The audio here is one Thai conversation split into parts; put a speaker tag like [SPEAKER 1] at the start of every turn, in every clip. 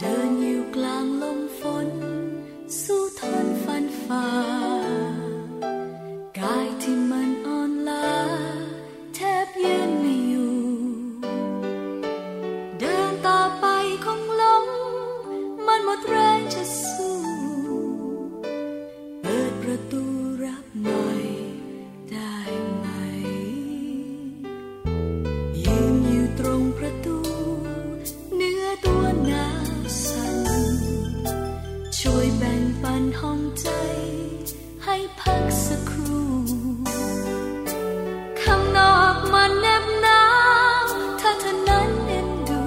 [SPEAKER 1] เดินอยู่กลางลมฝน สู้ทนฟันฝ่ากายที่มันอ่อนล้าแทบยืนไม่อยู่ เดินต่อไปคงหลง มันหมดแรงจะสู้ เปิดประตูรับหน่อยได้ไหม ยืนอยู่ตรงประตู เนื้อตัวหนาวสั่นช่วยแบ่งปันห้องใจ ให้พักสักครู่ข้างนอกมันแนบหนาวถ้าเธอนั้นเอ็นดู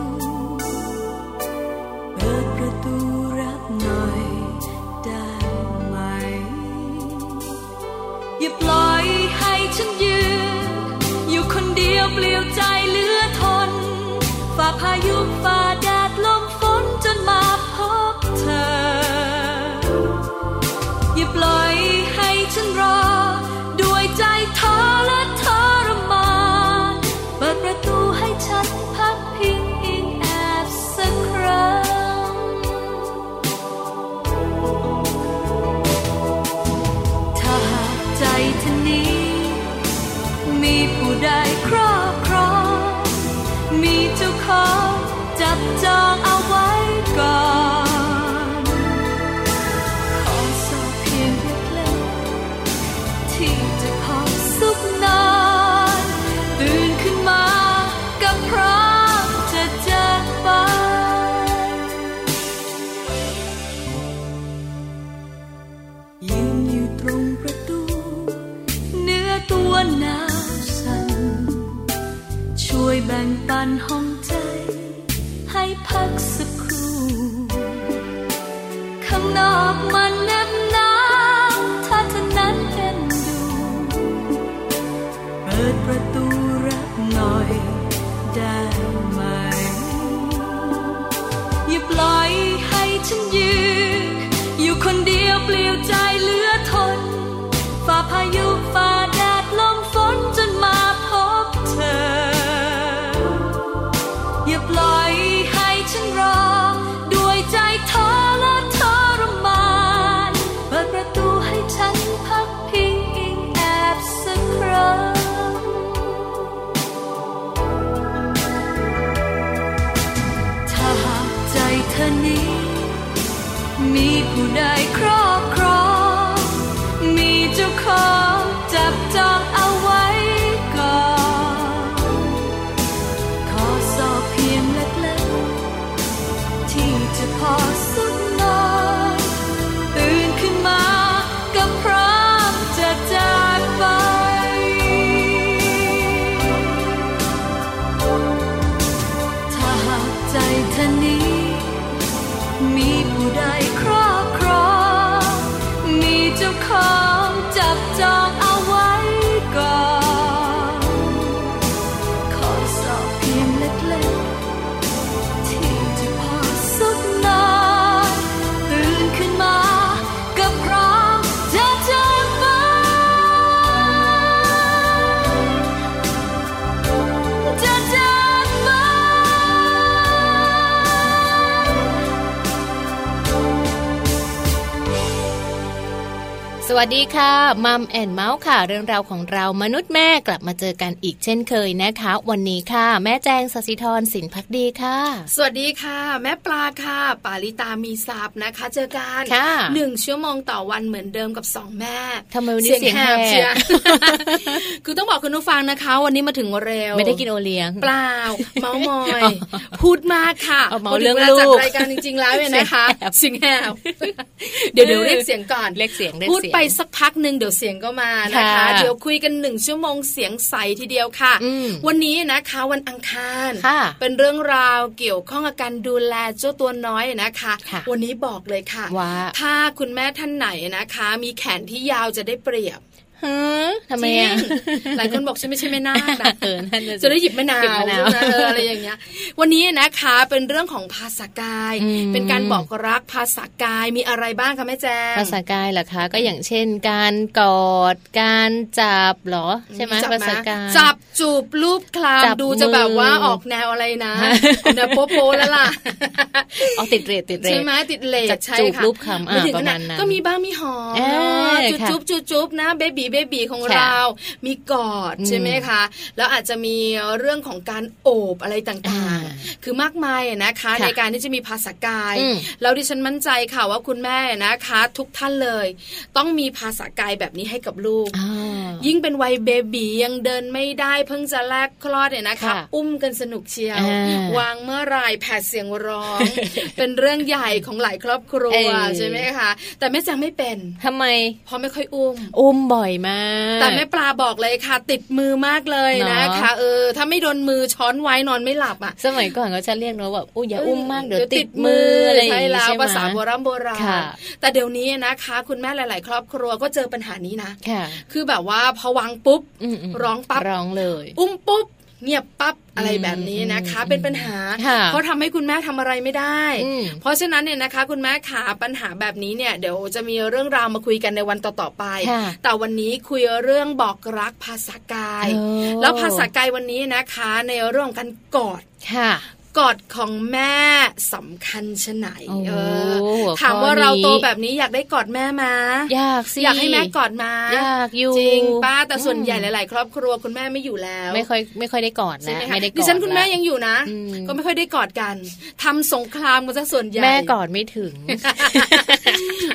[SPEAKER 1] เปิดประตูรับหน่อยได้ไหม อย่าปล่อยให้ฉันยืน อยู่คนเดียวเปลี่ยวใจเหลือทน ฝ่าพายุฝ่าแดดลมฝนจนมาพบเธอ อย่าปล่อยให้ฉันรอ ด้วยใจท้อและทรมานเปิดประตูให้ฉันพักพิงอิงแอบสักครั้ง ถ้าหากใจเธอนี้ มีผู้ใดครอบครอง มีเจ้าของจับจองเอาไว้ก่อน ขอสอบเพียงเล็กๆที่จะขอสุขนอนตื่นขึ้นมาก็พร้อมจะจากไป ยืนอยู่ตรงประตู เนื้อตัวหนาวสั่นช่วยแบ่งปันห้องใจ ให้พักสักครู่ ข้างนอกมันแนบหนาวถ้าเธอนั้นเอ็นดู เปิดประตูรับหน่อยได้ไหม อย่าปล่อยให้ฉันยืน อยู่คนเดียวเปลี่ยวใจเหลือทน ฝ่าพายุฝ่าแดดลมฝนจนมาพบเธอ อย่าปล่อยให้ฉันรอ ด้วยใจท้อและทรมานเปิดประตูให้ฉันพักพิงอิงแอบสักครั้ง ถ้าหากใจเธอนี้ มีผู้ใดครอบครอง มีเจ้าของจับจองเอาไว้ก่อน ขอสอบเพียงเล็กๆ ที่จะพอสุดนอนตื่นขึ้นมาก็พร้อมจะจากไป ถ้าหากใจเธอนี้ มีผู้ใดครอบครอง มีเจ้าของจับจองเอาไว้ก่อน ขอสอบเพียงเล็กๆ ที่จะพอสุดนอนตื่นขึ้นมาก็พร้อมจะจากไป จะจากไป
[SPEAKER 2] สวัสดีค่ะมัมแอนเมาส์ค่ะ เรื่องราวของเรามนุษย์แม่กลับมาเจอกันอีกเช่นเคยนะคะ วันนี้ค่ะ แม่แจงสศิธรสินพักดีค่ะ
[SPEAKER 3] สวัสดีค่ะ แม่ปลาค่ะ ปาลิตามีซับนะคะ เจอกัน
[SPEAKER 2] ค่ะ
[SPEAKER 3] หนึ่งชั่วโมงต่อวันเหมือนเดิมกับสองแม่
[SPEAKER 2] ทำไมวันนี้เสียง
[SPEAKER 3] แหบ
[SPEAKER 2] แหบ
[SPEAKER 3] เชียร์ คือต้องบอกคุณผู้ฟังนะคะ วันนี้มาถึงเร็ว
[SPEAKER 2] ไม่ได้กินโอเลี้ยง
[SPEAKER 3] เปล่า เมามอย พูดมากค่ะ
[SPEAKER 2] เอาเมา
[SPEAKER 3] พถึ
[SPEAKER 2] เรื่อง
[SPEAKER 3] วลาจัด
[SPEAKER 2] ลูก
[SPEAKER 3] รายการจริงๆแล้วเนี่ยนะคะ
[SPEAKER 2] เสียงแหบ
[SPEAKER 3] เสิ่งแหบเดี๋ยวเดี๋ยวเรียกเสียงก่อน
[SPEAKER 2] เล็กเสียงเล็ก
[SPEAKER 3] พูด
[SPEAKER 2] เสียง
[SPEAKER 3] ไป
[SPEAKER 1] ไปสักพักหนึ่งเดี๋ยวเสียงก็มานะคะ
[SPEAKER 2] ค่ะ
[SPEAKER 1] เดี๋ยวคุยกันหนึ่งชั่วโมงเสียงใสทีเดียวค่ะ
[SPEAKER 2] อืม
[SPEAKER 1] วันนี้นะคะวันอังคาร
[SPEAKER 2] ค่ะ
[SPEAKER 1] เป็นเรื่องราวเกี่ยวข้องกับการดูแลเจ้าตัวน้อยนะคะ
[SPEAKER 2] ค่ะ
[SPEAKER 1] วันนี้บอกเลยค่ะ
[SPEAKER 2] ว่า
[SPEAKER 1] ถ้าคุณแม่ท่านไหนนะคะ มีแขนที่ยาวจะได้เปรียบ
[SPEAKER 2] เฮ้อทำไมอ่ะ
[SPEAKER 1] จริง หลายคนบอกฉันไม่ใช่แม่นาคนะ
[SPEAKER 2] เออนั่นน่สิ
[SPEAKER 1] จะได้หยิบมะนาว
[SPEAKER 2] หยิบมะนาว
[SPEAKER 1] ใช่ไหมเอออะไรอย่างเงี้ย วันนี้นะคะเป็นเรื่องของภาษากาย
[SPEAKER 2] อืม
[SPEAKER 1] เป็นการบอกรักภาษากายมีอะไรบ้างคะแม่แจง
[SPEAKER 2] ภาษากายเหรอคะ ก็อย่างเช่น การกอด การจับเหรอ ใช่ไหม
[SPEAKER 1] จับ
[SPEAKER 2] ภาษากาย
[SPEAKER 1] จับจูบรูปคลาม
[SPEAKER 2] จับ
[SPEAKER 1] ดูจะแบบว่า
[SPEAKER 2] มือ
[SPEAKER 1] ออกแนวอะไรนะ
[SPEAKER 2] ฮะ
[SPEAKER 1] ออกแนวโป๊ะโป๊ะแล้วล่ะ
[SPEAKER 2] อ๋อติดเรทติดเรท
[SPEAKER 1] ใช่ไหมติดเล
[SPEAKER 2] จั
[SPEAKER 1] ท
[SPEAKER 2] บ
[SPEAKER 1] ใช่
[SPEAKER 2] จูบ
[SPEAKER 1] ค่ะ
[SPEAKER 2] รูปคลำอ่ะ
[SPEAKER 1] ไม่ถึงข
[SPEAKER 2] ประ
[SPEAKER 1] นา
[SPEAKER 2] มา
[SPEAKER 1] ด
[SPEAKER 2] ณนั้น
[SPEAKER 1] ก็มีบ้างมีหอม
[SPEAKER 2] เออ
[SPEAKER 1] จุบ
[SPEAKER 2] ค่ะ
[SPEAKER 1] จุบจุบจุบนะเบบีเบบีของ
[SPEAKER 2] ค่ะ
[SPEAKER 1] เรา มีกอด
[SPEAKER 2] อืม
[SPEAKER 1] ใช่ไหมคะ แล้วอาจจะมีเรื่องของการโอบอะไรต่าง
[SPEAKER 2] อ่า
[SPEAKER 1] ๆ คือมากมายนะคะ
[SPEAKER 2] ค่ะ
[SPEAKER 1] ในการที่จะมีภาษากาย
[SPEAKER 2] อืม
[SPEAKER 1] แล้วดิฉันมั่นใจค่ะว่าคุณแม่นะคะ ทุกท่านเลย ต้องมีภาษากายแบบนี้ให้กับลูก
[SPEAKER 2] อ่า
[SPEAKER 1] ยิ่งเป็นวัยเบบียังเดินไม่ได้เพิ่งจะแลกคลอดเนี่ยนะคะ
[SPEAKER 2] ค่ะ
[SPEAKER 1] อุ้มกันสนุกเชียว
[SPEAKER 2] อ่าว
[SPEAKER 1] างเมื่อไหรแผดเสียงร้อง เป็นเรื่องใหญ่ของหลายครอบครั
[SPEAKER 2] เอ
[SPEAKER 1] ว
[SPEAKER 2] อ
[SPEAKER 1] ใช่ไหมคะแต่แม่แจงไม่เป็น
[SPEAKER 2] ทำไม
[SPEAKER 1] เพราะไม่ค่อยอุ้ม
[SPEAKER 2] อุ้มบ่อยมาก
[SPEAKER 1] แต่แม่ปลาบอกเลยค่ะ ติดมือมากเลยนะคะ เออ ถ้าไม่โดนมือช้อนไว้นอนไม่หลับอ่ะ
[SPEAKER 2] สมัยก่อนเขาจะเรียกเนอะแบบอุ้ยอย่าอุ้มมากเดี๋ยวติดมืออะไรอย่าง
[SPEAKER 1] ใช่
[SPEAKER 2] งี้
[SPEAKER 1] แล้ว
[SPEAKER 2] ใช่ไหม
[SPEAKER 1] ภาษาโบราณโบราณ
[SPEAKER 2] ค่ะ
[SPEAKER 1] แต่เดี๋ยวนี้นะคะ คุณแม่หลาย ๆ ครอบครัวก็เจอปัญหานี้นะ
[SPEAKER 2] ค่ะ
[SPEAKER 1] คือแบบว่าพอวางปุ๊บ
[SPEAKER 2] อืมๆ
[SPEAKER 1] ร้องปั๊บ
[SPEAKER 2] ร้องเลย
[SPEAKER 1] อุ้มปุ๊บเงียบปั๊บอะไรแบบนี้นะคะ
[SPEAKER 2] อืม
[SPEAKER 1] เป็นปัญหา
[SPEAKER 2] ค่ะ
[SPEAKER 1] เขาทำให้คุณแม่ทำอะไรไม่ได้
[SPEAKER 2] อืม
[SPEAKER 1] เพราะฉะนั้นเนี่ยนะคะ คุณแม่ขาปัญหาแบบนี้เนี่ยเดี๋ยวจะมีเรื่องราวมาคุยกันในวันต่อๆไป
[SPEAKER 2] ค่ะ
[SPEAKER 1] แต่วันนี้คุยเรื่องบอกรักภาษากาย
[SPEAKER 2] เออ
[SPEAKER 1] แล้วภาษากายวันนี้นะคะ ในเรื่องของการกอด
[SPEAKER 2] ค่ะ
[SPEAKER 1] กอดของแม่สำคัญชะไหน
[SPEAKER 2] โอ้
[SPEAKER 1] เอ
[SPEAKER 2] หั
[SPEAKER 1] อ
[SPEAKER 2] วข้อ
[SPEAKER 1] ถามว่าเรา
[SPEAKER 2] นี้
[SPEAKER 1] โตแบบนี้อยากได้กอดแม่มาย
[SPEAKER 2] ากสิ
[SPEAKER 1] อยากให้แม่กอดมา
[SPEAKER 2] ยากอยู่
[SPEAKER 1] จริงป้าแต่ส่วนใหญ่
[SPEAKER 2] อืม
[SPEAKER 1] หลาย ๆ ครอบครัวคุณแม่ไม่อยู่แล้ว
[SPEAKER 2] ไม่ค่อยไม่ค่อยได้กอด
[SPEAKER 1] ใช่
[SPEAKER 2] นะ
[SPEAKER 1] ไหมคะ
[SPEAKER 2] ไม่ได้กอด
[SPEAKER 1] ดิฉันคุณแม่ยัง
[SPEAKER 2] ละ
[SPEAKER 1] อยู่นะ
[SPEAKER 2] อืม
[SPEAKER 1] ก็ไม่ค่อยได้กอดกันทำสงครามกันซะส่วนใหญ่
[SPEAKER 2] แม่กอดไม่ถึง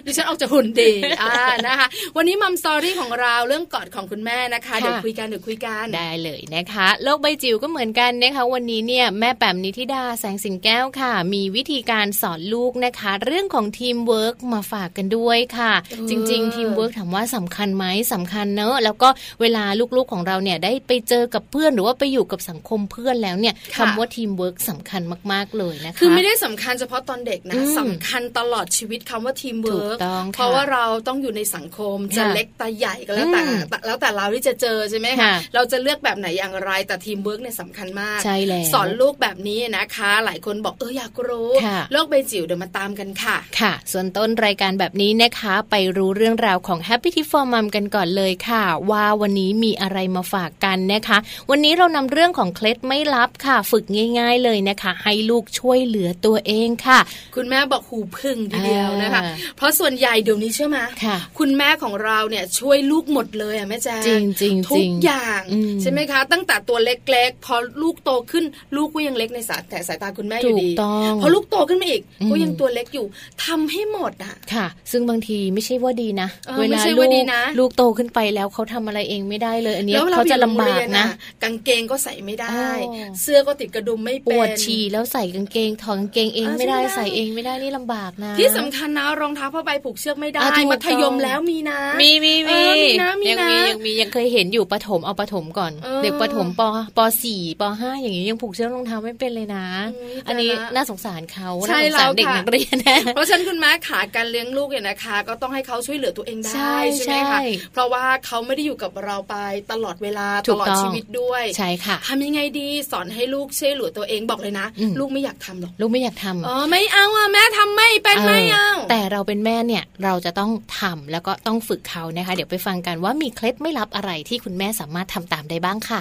[SPEAKER 1] ดิฉันออกจะหุ่นดี อ่านะคะ วันนี้มัมสตอรี่ของเราเรื่องกอดของคุณแม่นะคะ
[SPEAKER 2] ค่ะ
[SPEAKER 1] เดี๋ยวคุยกันเดี๋ยวคุยกัน
[SPEAKER 2] ได้เลยนะคะ โลกใบจิ๋วก็เหมือนกันนะคะ วันนี้เนี่ยแม่แปมนิธิดาแสงสิงแก้วค่ะ มีวิธีการสอนลูกนะคะ เรื่องของทีมเวิร์กมาฝากกันด้วยค่ะ
[SPEAKER 1] เออ
[SPEAKER 2] จริง ๆ ทีมเวิร์กถามว่าสำคัญไหมสำคัญเนอะแล้วก็เวลาลูกๆของเราเนี่ยได้ไปเจอกับเพื่อนหรือว่าไปอยู่กับสังคมเพื่อนแล้วเนี่ยคำว่าทีมเวิร์กสำคัญมากๆเลยนะคะ
[SPEAKER 1] คือไม่ได้สำคัญเฉพาะตอนเด็กนะ
[SPEAKER 2] อืม
[SPEAKER 1] สำคัญตลอดชีวิตคำว่าทีมเวิร์
[SPEAKER 2] ถูกต้องค่ะ
[SPEAKER 1] เพราะว่าเราต้องอยู่ในสังคม
[SPEAKER 2] ค่ะ
[SPEAKER 1] จะเล็กตาใหญ่ก็แล้วแต่
[SPEAKER 2] อืม
[SPEAKER 1] แต่แล้วแต่เราที่จะเจอใช่ไหมคะ
[SPEAKER 2] ค่ะ
[SPEAKER 1] เราจะเลือกแบบไหนอย่างไรแต่ทีมเวิร์กเนี่ยสำคัญมาก
[SPEAKER 2] ใช่แล้ว
[SPEAKER 1] สอนลูกแบบนี้นะคะ หลายคนบอกเอออยากรู้
[SPEAKER 2] ค่ะ
[SPEAKER 1] โลกใบจิ๋วเดี๋ยวมาตามกันค่ะ
[SPEAKER 2] ค่ะ ส่วนต้นรายการแบบนี้นะคะ ไปรู้เรื่องราวของ Happy t i p for Mom กันก่อนเลยค่ะ ว่าวันนี้มีอะไรมาฝากกันนะคะ วันนี้เรานำเรื่องของเคล็ดไม่ลับค่ะ ฝึกง่ายๆเลยนะคะ ให้ลูกช่วยเหลือตัวเองค่ะ
[SPEAKER 1] คุณแม่บอกหูพึ่งทีเดียวนะคะ
[SPEAKER 2] อ่า
[SPEAKER 1] เพราะส่วนใหญ่เดี๋ยวนี้เชื่อไหม
[SPEAKER 2] ค่ะ
[SPEAKER 1] คุณแม่ของเราเนี่ยช่วยลูกหมดเลยอะแม่แจ๊
[SPEAKER 2] จริงจริง
[SPEAKER 1] ทุ
[SPEAKER 2] จริ
[SPEAKER 1] ก
[SPEAKER 2] ง
[SPEAKER 1] อย่าง
[SPEAKER 2] อืม
[SPEAKER 1] ใช่ไหมคะ ตั้งแต่ตัวเล็กๆ พอลูกโตขึ้นลูกก็ยังเล็กในสายแต่สายตาคุณแม่อ
[SPEAKER 2] ถู
[SPEAKER 1] ยู่
[SPEAKER 2] ก
[SPEAKER 1] ดี
[SPEAKER 2] ต้อง
[SPEAKER 1] พอลูกโตขึ้นมาอีก
[SPEAKER 2] อืม
[SPEAKER 1] ก็ยังตัวเล็กอยู่ทำให้หมดอ่ะ
[SPEAKER 2] ค่ะ ซึ่งบางทีไม่ใช่ว่าดีนะ
[SPEAKER 1] เออไม่ใช่
[SPEAKER 2] ลู
[SPEAKER 1] ว่าดี
[SPEAKER 2] ก
[SPEAKER 1] นะ
[SPEAKER 2] ลูกโตขึ้นไปแล้วเขาทำอะไรเองไม่ได้เลยอันเนี้ย
[SPEAKER 1] แล้วเรา
[SPEAKER 2] เขาจะ
[SPEAKER 1] อยู่
[SPEAKER 2] ลำ
[SPEAKER 1] โรง
[SPEAKER 2] บาก
[SPEAKER 1] เรีย
[SPEAKER 2] นะ
[SPEAKER 1] กางเกงก็ใส่ไม่ได้
[SPEAKER 2] อ๋อ
[SPEAKER 1] เสื้อก็ติดกระดุมไม่
[SPEAKER 2] ป
[SPEAKER 1] เป็น
[SPEAKER 2] วดฉี่แล้วใส่กางเกงถอดกางเกงเอง
[SPEAKER 1] เออ
[SPEAKER 2] ไม่ได้
[SPEAKER 1] ใช่ไม่ได้
[SPEAKER 2] ใส่เองไม่ได้นี่ลำบากนะ
[SPEAKER 1] ที่สำคัญนะรองเท้าผ้าใบผูกเชือกไม่ได้
[SPEAKER 2] อ่ะถูกต้อง
[SPEAKER 1] มัธยมแล้วมีนะ
[SPEAKER 2] มีมี
[SPEAKER 1] เออ
[SPEAKER 2] มี
[SPEAKER 1] มีนะมี
[SPEAKER 2] ยัง
[SPEAKER 1] นะ
[SPEAKER 2] มียังมียังเคยเห็นอยู่ปฐมเอาปฐมก่อน
[SPEAKER 1] เออ
[SPEAKER 2] เด็กปฐมปปสี่ปห้าอย่างนี้ยังผูกเชือกรองเท้าไม่เป็นเลยนะ
[SPEAKER 1] อุ๊ย
[SPEAKER 2] อันนี้
[SPEAKER 1] ตายละ
[SPEAKER 2] น่าสงสารเขา
[SPEAKER 1] ใช่
[SPEAKER 2] น่าสงสาร
[SPEAKER 1] แล้ว
[SPEAKER 2] เด็ก
[SPEAKER 1] ค่ะ
[SPEAKER 2] นักเรียนนะ
[SPEAKER 1] เพราะฉะนั้นคุณแม่ขาการเลี้ยงลูกเนี่ยนะคะ ก็ต้องให้เขาช่วยเหลือตัวเองได้
[SPEAKER 2] ใช่
[SPEAKER 1] ไหมคะ
[SPEAKER 2] ใช่
[SPEAKER 1] เพราะว่าเขาไม่ได้อยู่กับเราไปตลอดเวลา
[SPEAKER 2] ถู
[SPEAKER 1] ต
[SPEAKER 2] ก
[SPEAKER 1] ลอด
[SPEAKER 2] ต้อง
[SPEAKER 1] ชีวิตด้วย
[SPEAKER 2] ใช่ค่ะ
[SPEAKER 1] ทำยังไงดีสอนให้ลูกช่วยเหลือตัวเองบอกเลยนะ
[SPEAKER 2] อืม
[SPEAKER 1] ลูกไม่อยากทำหรอก
[SPEAKER 2] ลูกไม่อยากทำ
[SPEAKER 1] อ๋อไม่เอาอ่ะแม่ทำไม่เป็นไม่
[SPEAKER 2] เอ
[SPEAKER 1] เอา
[SPEAKER 2] อแต่เราเป็นแม่เนี่ยเราจะต้องทำแล้วก็ต้องฝึกเขานะคะ เดี๋ยวไปฟังกันว่ามีเคล็ดไม่ลับอะไรที่คุณแม่สามารถทำตามได้บ้างค่ะ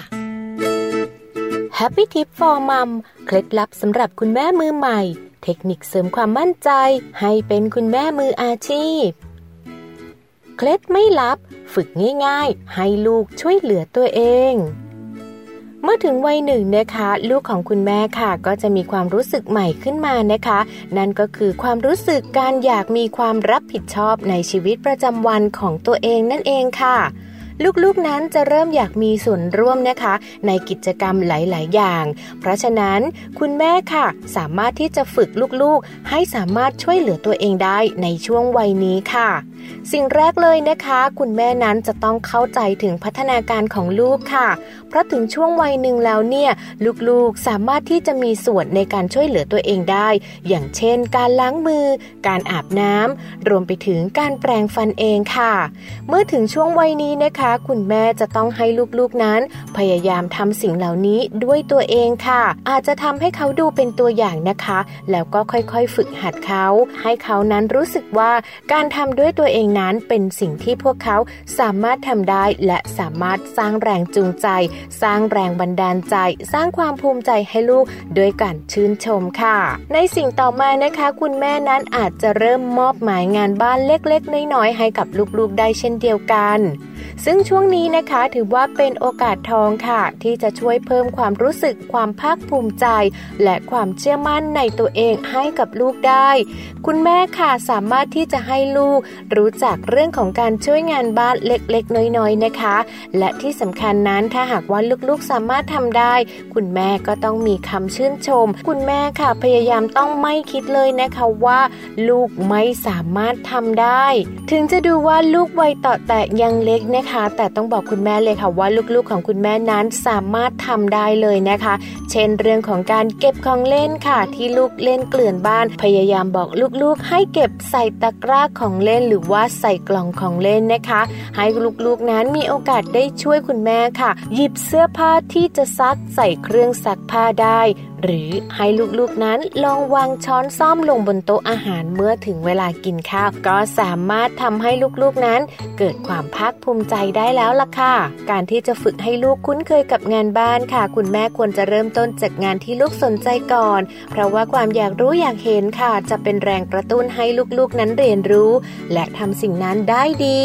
[SPEAKER 4] Happy Tip for Mom เคล็ดลับสำหรับคุณแม่มือใหม่ เทคนิคเสริมความมั่นใจ ให้เป็นคุณแม่มืออาชีพ เคล็ดไม่ลับ ฝึกง่ายๆ ให้ลูกช่วยเหลือตัวเอง เมื่อถึงวัยหนึ่งนะคะ ลูกของคุณแม่ค่ะ ก็จะมีความรู้สึกใหม่ขึ้นมานะคะ นั่นก็คือความรู้สึกการอยากมีความรับผิดชอบในชีวิตประจำวันของตัวเองนั่นเองค่ะ ลูกๆนั้นจะเริ่มอยากมีส่วนร่วมนะคะ ในกิจกรรมหลาย ๆ อย่าง เพราะฉะนั้นคุณแม่ค่ะ สามารถที่จะฝึกลูกๆ ให้สามารถช่วยเหลือตัวเองได้ในช่วงวัยนี้ค่ะ
[SPEAKER 2] สิ่งแรกเลยนะคะ คุณแม่นั้นจะต้องเข้าใจถึงพัฒนาการของลูกค่ะ เพราะถึงช่วงวัยหนึ่งแล้วเนี่ย ลูกๆสามารถที่จะมีส่วนในการช่วยเหลือตัวเองได้ อย่างเช่น การล้างมือ การอาบน้ำรวมไปถึงการแปรงฟันเองค่ะ เมื่อถึงช่วงวัยนี้นะคะ คุณแม่จะต้องให้ลูกๆนั้น พยายามทำสิ่งเหล่านี้ด้วยตัวเองค่ะ อาจจะทำให้เขาดูเป็นตัวอย่างนะคะ แล้วก็ค่อยๆ ฝึกหัดเขา ให้เขานั้นรู้สึกว่าการทำด้วยตัวเองนั้นเป็นสิ่งที่พวกเขาสามารถทำได้ และสามารถสร้างแรงจูงใจ สร้างแรงบันดาลใจ สร้างความภูมิใจให้ลูกโดวยการชื่นชมค่ะ ในสิ่งต่อมานะคะ คุณแม่นั้นอาจจะเริ่มมอบหมายงานบ้านเล็กๆ น้อยๆให้กับลูกๆได้เช่นเดียวกัน ซึ่งช่วงนี้นะคะถือว่าเป็นโอกาสทองค่ะ ที่จะช่วยเพิ่มความรู้สึกความภาคภูมิใจ และความเชื่อมั่นในตัวเองให้กับลูกได้ คุณแม่ค่ะสามารถที่จะให้ลูก รู้จักเรื่องของการช่วยงานบ้านเล็กๆ น้อยๆนะคะ และที่สำคัญนั้นถ้าหากว่าลูกๆสามารถทำได้ คุณแม่ก็ต้องมีคำชื่นชม คุณแม่ค่ะพยายามต้องไม่คิดเลยนะคะว่า ลูกไม่สามารถทำได้ ถึงจะดูว่าลูกวัยเต่อแต่ยังเล็กนะคะ แต่ต้องบอกคุณแม่เลยค่ะว่าลูกๆของคุณแม่นั้นสามารถทำได้เลยนะคะ เช่นเรื่องของการเก็บของเล่นค่ะ ที่ลูกเล่นเกลื่อนบ้าน พยายามบอกลูกๆ ให้เก็บใส่ตะกร้าของเล่นหรือว่าใส่กล่องของเล่นนะคะ ให้ลูกๆนั้นมีโอกาสได้ช่วยคุณแม่ค่ะ หยิบเสื้อผ้าที่จะซักใส่เครื่องซักผ้าได้ หรือให้ลูกๆนั้นลองวางช้อนซ่อมลงบนโต๊ะอาหารเมื่อถึงเวลากินข้าว ก็สามารถทำให้ลูกๆนั้น เกิดความภาคภูมิใจได้แล้วล่ะค่ะ การที่จะฝึกให้ลูกคุ้นเคยกับงานบ้านค่ะ คุณแม่ควรจะเริ่มต้นจากงานที่ลูกสนใจก่อน เพราะว่าความอยากรู้อยากเห็นค่ะ จะเป็นแรงกระตุ้นให้ลูกๆนั้นเรียนรู้ และทำสิ่งนั้นได้ดี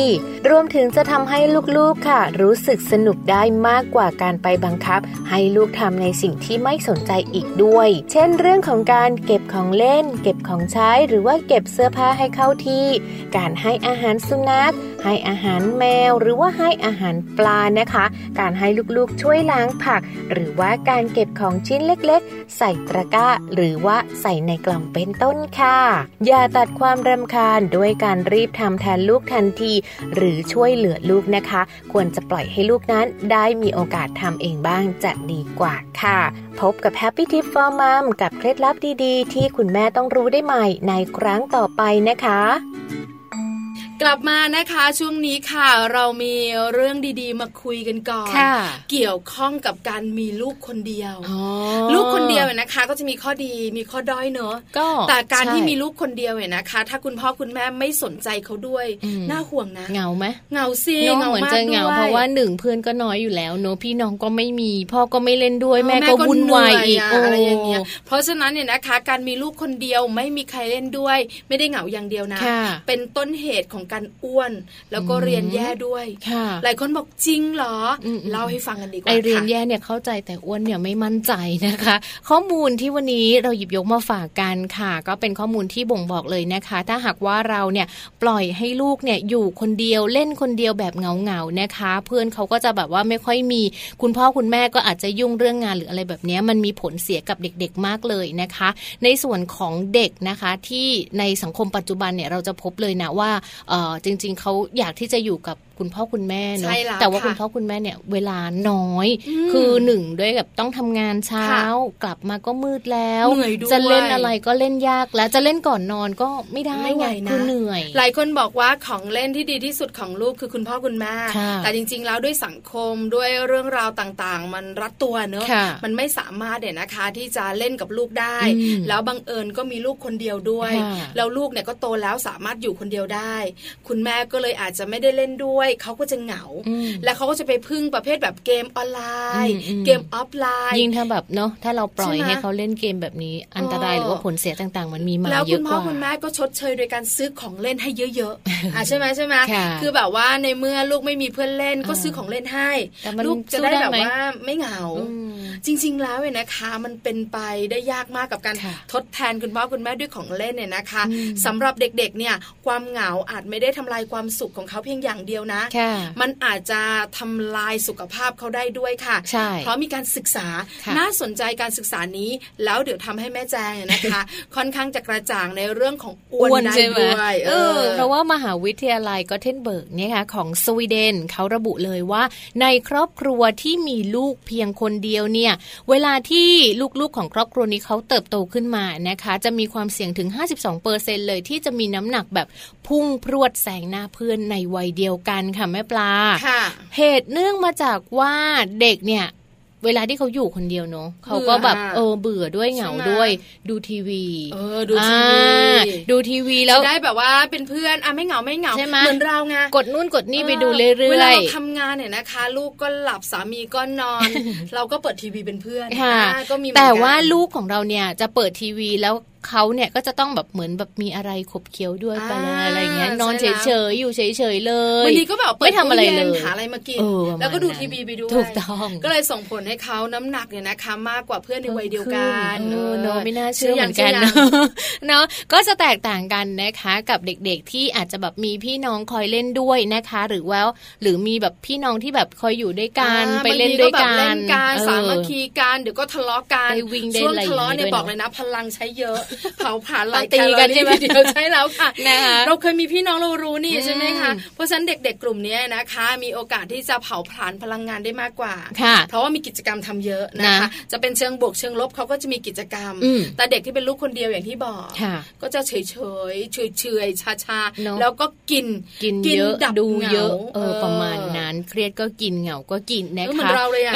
[SPEAKER 2] รวมถึงจะทำให้ลูกๆค่ะ รู้สึกสนุกได้มากกว่าการไปบังคับ ให้ลูกทำในสิ่งที่ไม่สนใจอีกด้วย เช่น เรื่องของการเก็บของเล่น เก็บของใช้ หรือว่าเก็บเสื้อผ้าให้เข้าที่ การให้อาหารสุนัข ให้อาหารแมว หรือว่าให้อาหารปลานะคะ การให้ลูกๆช่วยล้างผัก หรือว่าการเก็บของชิ้นเล็กๆ ใส่ตะกร้า หรือว่าใส่ในกล่องเป็นต้นค่ะ อย่าตัดความรำคาญด้วยการรีบทำแทนลูกทันที หรือช่วยเหลือลูกนะคะ ควรจะปล่อยให้ลูกนั้นได้มีโอกาสทำเองบ้างจะดีกว่าค่ะ พบกับ Happy Tip for Mom กับเคล็ดลับดีๆ ที่คุณแม่ต้องรู้ได้ใหม่ในครั้งต่อไปนะคะ
[SPEAKER 1] กลับมานะคะช่วงนี้ค่ะ เรามีเรื่องดีๆ มาคุยกันก่อน
[SPEAKER 5] ค่ะ
[SPEAKER 1] เกี่ยวข้องกับการมีลูกคนเดียว
[SPEAKER 5] อ๋อ
[SPEAKER 1] ลูกคนเดียวเนี่ยนะคะ ก็จะมีข้อดีมีข้อด้อยเนอะ
[SPEAKER 5] ก็
[SPEAKER 1] แต่การที่
[SPEAKER 5] ใช่
[SPEAKER 1] มีลูกคนเดียวเนี่ยนะคะ ถ้าคุณพ่อคุณแม่ไม่สนใจเขาด้วย
[SPEAKER 5] อืม
[SPEAKER 1] น่าห่วงนะ
[SPEAKER 5] เหงาไหม
[SPEAKER 1] เหงาซิ
[SPEAKER 5] เนอะเหมือน
[SPEAKER 1] มาก
[SPEAKER 5] จะเหงา
[SPEAKER 1] ด้วย
[SPEAKER 5] เพราะว่าหนึ่งเพื่อนก็น้อยอยู่แล้วเนอะพี่น้องก็ไม่มีพ่อก็ไม่เล่นด้วย
[SPEAKER 1] เออ
[SPEAKER 5] แม่ก็วุ่นวายอีก
[SPEAKER 1] แม่ก็เหนื่ยะไรอย่างเงี้ย
[SPEAKER 5] โ
[SPEAKER 1] เพราะฉะนั้นเนี่ยนะคะ การมีลูกคนเดียวไม่มีใครเล่นด้วย ไม่ได้เหงาอย่างเดียวนะ
[SPEAKER 5] ค่ะ
[SPEAKER 1] เป็นต้นเหตุของการอ้วน แล้วก็
[SPEAKER 5] อืม
[SPEAKER 1] เรียนแย่ด้วย
[SPEAKER 5] ค่ะ
[SPEAKER 1] หลายคนบอกจริงเหรอ
[SPEAKER 5] ม
[SPEAKER 1] อ
[SPEAKER 5] อืม
[SPEAKER 1] เล่าให้ฟังกันดีกว่า
[SPEAKER 5] ไอเรียน
[SPEAKER 1] ค่ะ
[SPEAKER 5] แย่เนี่ยเข้าใจแต่อ้วนเนี่ยไม่มั่นใจนะคะ ข้อมูลที่วันนี้เราหยิบยกมาฝากกันค่ะ ก็เป็นข้อมูลที่บ่งบอกเลยนะคะ ถ้าหากว่าเราเนี่ยปล่อยให้ลูกเนี่ยอยู่คนเดียวเล่นคนเดียวแบบเหงาๆนะคะ เพื่อนเขาก็จะแบบว่าไม่ค่อยมี คุณพ่อคุณแม่ก็อาจจะยุ่งเรื่องงานหรืออะไรแบบเนี้ยมันมีผลเสียกับเด็กๆมากเลยนะคะ ในส่วนของเด็กนะคะที่ในสังคมปัจจุบันเนี่ยเราจะพบเลยนะว่าเอ่อจริง ๆเขาอยากที่จะอยู่กับคุณพ่อคุณแม่เนาะ
[SPEAKER 1] ใช่แล้ว
[SPEAKER 5] แต่ว่า
[SPEAKER 1] ค่ะ
[SPEAKER 5] คุณพ่อ เพราะคุณแม่เนี่ยเวลาน้อย
[SPEAKER 1] อืม
[SPEAKER 5] คือหนึ่งด้วยแบบต้องทำงานเช้า
[SPEAKER 1] ค่ะ
[SPEAKER 5] กลับมาก็มืดแล้ว
[SPEAKER 1] เหนื่อยด้วย
[SPEAKER 5] จะเล่นอะไรก็เล่นยากแล้วจะเล่นก่อนนอนก็ไม่ได้
[SPEAKER 1] ไม่ไหวนะ
[SPEAKER 5] คือเหนื่อย
[SPEAKER 1] หลายคนบอกว่าของเล่นที่ดีที่สุดของลูกคือคุณพ่อคุณแม่
[SPEAKER 5] ค่ะ
[SPEAKER 1] แต่จริง ๆ แล้วด้วยสังคมด้วยเรื่องราวต่างๆ มันรัดตัวเนอะ
[SPEAKER 5] ค่ะ
[SPEAKER 1] มันไม่สามารถเนี่ยนะคะ ที่จะเล่นกับลูกได้
[SPEAKER 5] อืม
[SPEAKER 1] แล้วบังเอิญก็มีลูกคนเดียวด้วย
[SPEAKER 5] ค่ะ
[SPEAKER 1] แล้วลูกเนี่ยก็โตแล้วสามารถอยู่คนเดียวได้ คุณแม่ก็เลยอาจจะไม่ได้เล่นด้วยเขาก็จะเหงา
[SPEAKER 5] อืม
[SPEAKER 1] แล้วเขาก็จะไปพึ่งประเภทแบบเกมออนไลน์
[SPEAKER 5] อืมอืม
[SPEAKER 1] เกมออฟไลน์
[SPEAKER 5] ยิ่งถ้าแบบเนาะถ้าเราปล่อย
[SPEAKER 1] ใช่ไหม
[SPEAKER 5] ให้เขาเล่นเกมแบบนี้ อันตราย
[SPEAKER 1] อ๋อ
[SPEAKER 5] หรือว่าผลเสียต่างๆ มันมีมา
[SPEAKER 1] แล้ว
[SPEAKER 5] เย
[SPEAKER 1] คุ
[SPEAKER 5] อะ
[SPEAKER 1] ณ
[SPEAKER 5] ก
[SPEAKER 1] พ่อ
[SPEAKER 5] ว่า
[SPEAKER 1] คุณแม่ก็ชดเชยโดยการซื้อของเล่นให้เยอะ ๆ อ่ะใช่ไหมใช่ไหม
[SPEAKER 5] ค่ะ
[SPEAKER 1] อแบบว่าในเมื่อลูกไม่มีเพื่อนเล่นก็
[SPEAKER 5] อ่า
[SPEAKER 1] ซื้อของเล่นให้
[SPEAKER 5] แต่มัน
[SPEAKER 1] ลูกจะ
[SPEAKER 5] สู้
[SPEAKER 1] ได้
[SPEAKER 5] ได้
[SPEAKER 1] แบบ
[SPEAKER 5] ไหม
[SPEAKER 1] ว่าไม่เหงา
[SPEAKER 5] อืม
[SPEAKER 1] จริง ๆ แล้วเนี่ยนะคะ มันเป็นไปได้ยากมากกับการ
[SPEAKER 2] ค่ะ
[SPEAKER 1] ทดแทนคุณพ่อคุณแม่ด้วยของเล่นเนี่ยนะคะ
[SPEAKER 2] อืม
[SPEAKER 1] สำหรับเด็กๆเนี่ยความเหงาอาจไม่ได้ทำลายความสุขของเขาเพียงอย่างเดียวนะ
[SPEAKER 2] ค่ะ
[SPEAKER 1] มันอาจจะทำลายสุขภาพเขาได้ด้วยค่ะ
[SPEAKER 2] ใช่
[SPEAKER 1] เพราะมีการศึกษา
[SPEAKER 2] ค่ะ
[SPEAKER 1] น่าสนใจการศึกษานี้ แล้วเดี๋ยวทำให้แม่แจงเนี่ยนะคะ ค่อนข้างจะกระจ่างในเรื่องของอ้วนได้
[SPEAKER 2] ใช่ไหม
[SPEAKER 1] ด้วย
[SPEAKER 2] เออเพราะว่ามหาวิทยาลัยก็เทนเบิร์กเนี่ยค่ะของสวีเดนเขาระบุเลยว่า ในครอบครัวที่มีลูกเพียงคนเดียวเนี่ย เวลาที่ลูกๆของครอบครัวนี้เขาเติบโตขึ้นมานะคะ จะมีความเสี่ยงถึง 52เปอร์เซ็นเลยที่จะมีน้ำหนักแบบพุ่งพรวดแสงหน้าเพื่อนในวัยเดียวกันค่ะแม่ปลา
[SPEAKER 1] ค่ะ
[SPEAKER 2] เหตุเนื่องมาจากว่าเด็กเนี่ย เวลาที่เขาอยู่คนเดียวเนอะเขาก็แบบเออเบื่อด้วยเหงาด้วย ดูทีวี
[SPEAKER 1] เออดูทีวี
[SPEAKER 2] อ่าดูทีวีแล้ว
[SPEAKER 1] ได้แบบว่าเป็นเพื่อนอ่ะไม่เหงาไม่เหงา
[SPEAKER 2] ใช่ไหม
[SPEAKER 1] เหมือนเราไง
[SPEAKER 2] กดนู่นกดนี่ไปดู
[SPEAKER 1] เว
[SPEAKER 2] เรื่อ
[SPEAKER 1] ลาย เราทำงานเนี่ยนะคะ ลูกก็หลับสามีก็นอน เราก็เปิดทีวีเป็นเพื่อน
[SPEAKER 2] ค่ะ
[SPEAKER 1] อ่าก็มีเหมือน
[SPEAKER 2] แต่
[SPEAKER 1] กัน
[SPEAKER 2] ว่าลูกของเราเนี่ยจะเปิดทีวีแล้วเขาเนี่ยก็จะต้องแบบเหมือนแบบมีอะไรขบเคี้ยวด้วยไปเลย
[SPEAKER 1] อ่า
[SPEAKER 2] อะไรเงี้ย
[SPEAKER 1] ใช่
[SPEAKER 2] นอน
[SPEAKER 1] แล้ว
[SPEAKER 2] เฉยๆอยู่เฉยๆเลย
[SPEAKER 1] วันนี้ก็แบบเปิด
[SPEAKER 2] ไม่ทำอะไร
[SPEAKER 1] ตู้น
[SPEAKER 2] เลย
[SPEAKER 1] หาอะไรมากิน
[SPEAKER 2] เออประมาณ
[SPEAKER 1] แล้วก็ดู
[SPEAKER 2] นั้น
[SPEAKER 1] ทีวีไปด้วย
[SPEAKER 2] ถูกต้อง
[SPEAKER 1] ก็เลยส่งผลให้เขาน้ำหนักเนี่ยนะคะ มากกว่าเพื่อนในวัยเดียวกัน
[SPEAKER 2] เออเนอะไม่น่าเชื่อ
[SPEAKER 1] ชื่ย่ง
[SPEAKER 2] เหมือนกัน
[SPEAKER 1] ชื่ย่าง
[SPEAKER 2] เนาะก็จะแตกต่างกันนะคะกับเด็กๆที่อาจจะแบบมีพี่น้องคอยเล่นด้วยนะคะ หรือว่าหรือมีแบบพี่น้องที่แบบคอยอยู่ด้วยกัน
[SPEAKER 1] อ่า
[SPEAKER 2] ไปเล่นด้วย
[SPEAKER 1] บางทีแบบเล่นการ
[SPEAKER 2] เออ
[SPEAKER 1] สามัคคีกันเดี๋ยวก็ทะเลาะกัน
[SPEAKER 2] ไปวิ่งเล่น
[SPEAKER 1] ช่วง
[SPEAKER 2] อะ
[SPEAKER 1] ทะเลาะ
[SPEAKER 2] ไรอย่างนี้
[SPEAKER 1] เนี่ย
[SPEAKER 2] ด้วยเนอะ
[SPEAKER 1] บอกเลยนะ พลังใช้เยอะ เผาผลาญหลาย
[SPEAKER 2] ต้องตีกัน
[SPEAKER 1] แคลอรี่
[SPEAKER 2] ใช่ไหม
[SPEAKER 1] ทีเดียวใช่แล้วค่ะ
[SPEAKER 2] นะคะ
[SPEAKER 1] เราเคยมีพี่น้องเรารู้นี่
[SPEAKER 2] อืม
[SPEAKER 1] ใช่ไหมคะเพราะฉะนั้นเด็กๆกลุ่มเนี้ยนะคะ มีโอกาสที่จะเผาผลาญพลังงานได้มากกว่า
[SPEAKER 2] ค่ะ
[SPEAKER 1] เพราะว่ามีกิจกรรมทำเยอะนะคะ
[SPEAKER 2] นะ
[SPEAKER 1] จะเป็นเชิงบวกเชิงลบเขาก็จะมีกิจกรรม
[SPEAKER 2] อืม
[SPEAKER 1] แต่เด็กที่เป็นลูกคนเดียวอย่างที่บอก
[SPEAKER 2] ค่ะ
[SPEAKER 1] ก็จะเฉยเฉยเฉยเฉยๆชาชาๆ
[SPEAKER 2] เนอะ
[SPEAKER 1] แล้วก็กิน
[SPEAKER 2] กินเยอะ
[SPEAKER 1] ดับ
[SPEAKER 2] ดู
[SPEAKER 1] หงา
[SPEAKER 2] เยอะเออ
[SPEAKER 1] เออ
[SPEAKER 2] ประมาณนั้นเครียดก็กินเหงาก็กินนะ
[SPEAKER 1] เออ
[SPEAKER 2] คะ
[SPEAKER 1] เหมือนเราเลยอ่ะ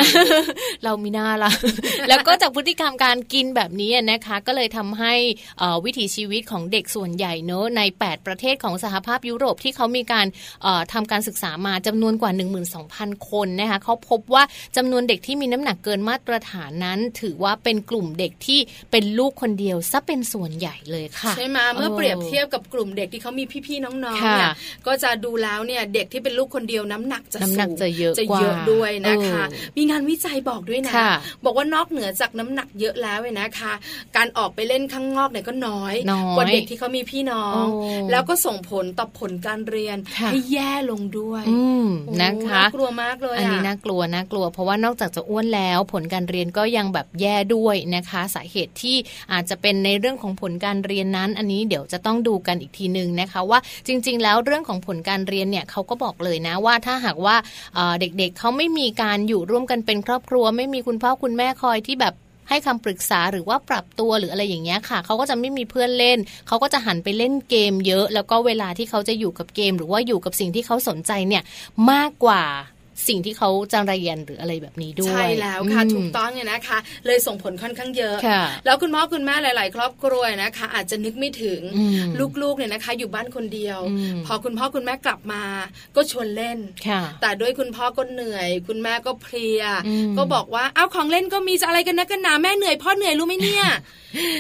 [SPEAKER 2] เรามีหน้าละ แล้วก็จากพฤติกรรมการกินแบบนี้นะคะ ก็เลยทำให้เอ่อวิถีชีวิตของเด็กส่วนใหญ่เนอะใน 8 ประเทศของสหภาพยุโรปที่เขามีการเอ่อทำการศึกษามาจำนวนกว่า 12,000 คนนะคะเขาพบว่าจำนวนเด็กที่มีน้ำหนักเกินมาตรฐานนั้น ถือว่าเป็นกลุ่มเด็กที่เป็นลูกคนเดียวซะเป็นส่วนใหญ่เลยค่ะ
[SPEAKER 1] ใช่ไหมเมื่อเปรียบเทียบกับกลุ่มเด็กที่เขามีพี่ๆน้องๆ
[SPEAKER 2] ค่ะ
[SPEAKER 1] เนี่ยก็จะดูแล้วเนี่ยเด็กที่เป็นลูกคนเดียวน้ำหนักจะ
[SPEAKER 2] น้ำ
[SPEAKER 1] สู
[SPEAKER 2] หนัก
[SPEAKER 1] ง
[SPEAKER 2] จะเยอะกว่า
[SPEAKER 1] ด้วยนะคะ
[SPEAKER 2] เออ
[SPEAKER 1] มีงานวิจัยบอกด้วยนะ
[SPEAKER 2] ค่ะ
[SPEAKER 1] บอกว่านอกเหนือจากน้ำหนักเยอะแล้วเนี่ยนะคะ การออกไปเล่นข้างนอกเนี่ยก็น้อย
[SPEAKER 2] น้อย
[SPEAKER 1] กว่าเด็กที่เขามีพี่น้อง
[SPEAKER 2] โอ้
[SPEAKER 1] แล้วก็ส่งผลต่อผลการเรียน
[SPEAKER 2] ค่ะ
[SPEAKER 1] ให้แย่ลงด้วย
[SPEAKER 2] อืม
[SPEAKER 1] โอ้
[SPEAKER 2] นะคะ
[SPEAKER 1] ากลัวมากเลย
[SPEAKER 2] อันนี้
[SPEAKER 1] ะ
[SPEAKER 2] น่ากลัวน่ากลัว เพราะว่านอกจากจะอ้วนแล้ว ผลการเรียนก็ยังแบบแย่ด้วยนะคะ สาเหตุที่อาจจะเป็นในเรื่องของผลการเรียนนั้น อันนี้เดี๋ยวจะต้องดูกันอีกทีนึงนะคะ ว่าจริง ๆ แล้วเรื่องของผลการเรียนเนี่ยเขาก็บอกเลยนะว่าถ้าหากว่าเอ่อเด็กๆเขาไม่มีการอยู่ร่วมกันเป็นครอบครัว ไม่มีคุณพ่อคุณแม่คอยที่แบบให้คำปรึกษาหรือว่าปรับตัวหรืออะไรอย่างเงี้ยค่ะเขาก็จะไม่มีเพื่อนเล่นเขาก็จะหันไปเล่นเกมเยอะ แล้วก็เวลาที่เขาจะอยู่กับเกม หรือว่าอยู่กับสิ่งที่เขาสนใจเนี่ย มากกว่าสิ่งที่เขาจะเรียนหรืออะไรแบบนี้ด้วย
[SPEAKER 1] ใช่แล้วค่ะ
[SPEAKER 2] อืม
[SPEAKER 1] ถูกต้องเนี่ยนะคะ เลยส่งผลค่อนข้างเยอะ
[SPEAKER 2] ค่ะ
[SPEAKER 1] แล้วคุณพ่อคุณแม่หลาย ๆ ครอบครัวนะคะ อาจจะนึกไม่ถึง
[SPEAKER 2] อืม
[SPEAKER 1] ลูก ๆ เนี่ยนะคะ อยู่บ้านคนเดียว
[SPEAKER 2] อืม
[SPEAKER 1] พอคุณพ่อคุณแม่กลับมา ก็ชวนเล่น
[SPEAKER 2] ค่ะ
[SPEAKER 1] แต่ด้วยคุณพ่อก็เหนื่อย คุณแม่ก็เพลีย
[SPEAKER 2] อืม
[SPEAKER 1] ก็บอกว่าเอาของเล่นก็มีจะอะไรกันนะกันหนาแม่เหนื่อยพ่อเหนื่อยรู้ไหม เนี่ย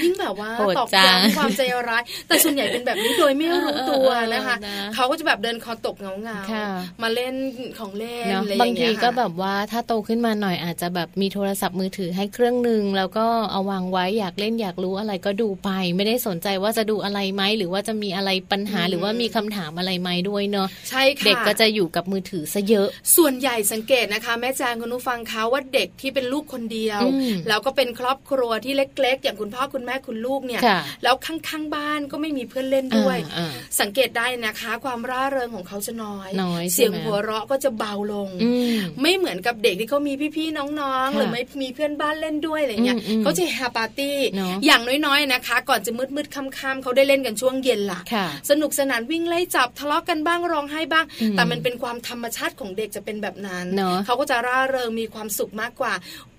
[SPEAKER 1] ยิ่งแบบว่า
[SPEAKER 2] โหด
[SPEAKER 1] ตอก
[SPEAKER 2] จัง
[SPEAKER 1] ย้ำความใจร้าย แต่ส่วนใหญ่เป็นแบบนี้โดยไม่รู้ตัวนะคะ
[SPEAKER 2] เออนะ
[SPEAKER 1] เขาก็จะแบบเดินคอตกเงาเงาๆ
[SPEAKER 2] ค่ะ
[SPEAKER 1] มาเล่นของเล่น
[SPEAKER 2] เนอะ
[SPEAKER 1] อะไรอบ
[SPEAKER 2] า
[SPEAKER 1] ย่าง ง
[SPEAKER 2] ที
[SPEAKER 1] เงี้ย
[SPEAKER 2] ก็
[SPEAKER 1] ค่ะ
[SPEAKER 2] แบบว่าถ้าโตขึ้นมาหน่อยอาจจะแบบมีโทรศัพท์มือถือให้เครื่องหนึ่งแล้วก็เอาวางไว้อยากเล่นอยากรู้อะไรก็ดูไป ไม่ได้สนใจว่าจะดูอะไรไหมหรือว่าจะมีอะไรปัญหา
[SPEAKER 1] อืม
[SPEAKER 2] หรือว่ามีคำถามอะไรไหมด้วยเนอะ
[SPEAKER 1] ใช่ค่ะ
[SPEAKER 2] เด็กก็จะอยู่กับมือถือซะเยอะ
[SPEAKER 1] ส่วนใหญ่สังเกตนะคะแม่แจงคุณผู้ฟังคะว่าเด็กที่เป็นลูกคนเดียว
[SPEAKER 2] อืม
[SPEAKER 1] แล้วก็เป็นครอบครัวที่เล็ก ๆ อย่างคุณพ่อคุณแม่คุณลูกเนี่ย
[SPEAKER 2] ค่ะ
[SPEAKER 1] แล้วข้างๆบ้านก็ไม่มีเพื่อนเล่นด้วย
[SPEAKER 2] อ่า
[SPEAKER 1] สังเกตได้นะคะ ความร่าเริงของเขาจะน้อย
[SPEAKER 2] น้อยใช่ไหม
[SPEAKER 1] เสียงหัวเราะก็จะเบาลง
[SPEAKER 2] อืม
[SPEAKER 1] ไม่เหมือนกับเด็กที่เขามีพี่ๆน้องๆ
[SPEAKER 2] ค่ะ
[SPEAKER 1] หรือไม่มีเพื่อนบ้านเล่นด้วยอะไรเงี้ย
[SPEAKER 2] อืมอืม
[SPEAKER 1] เขาจะแฮปปาร์ตี้
[SPEAKER 2] เนอะ
[SPEAKER 1] อย่างน้อยๆนะคะ ก่อนจะมืดๆค่ำๆเขาได้เล่นกันช่วงเย็นล่ะ
[SPEAKER 2] ค่ะ
[SPEAKER 1] สนุกสนานวิ่งไล่จับทะเลาะกันบ้างร้องไห้บ้าง
[SPEAKER 2] อืม
[SPEAKER 1] แต่มันเป็นความธรรมชาติของเด็กจะเป็นแบบนั้น
[SPEAKER 2] เนอะ
[SPEAKER 1] เขาก็จะร่าเริงมีความสุขมากกว่า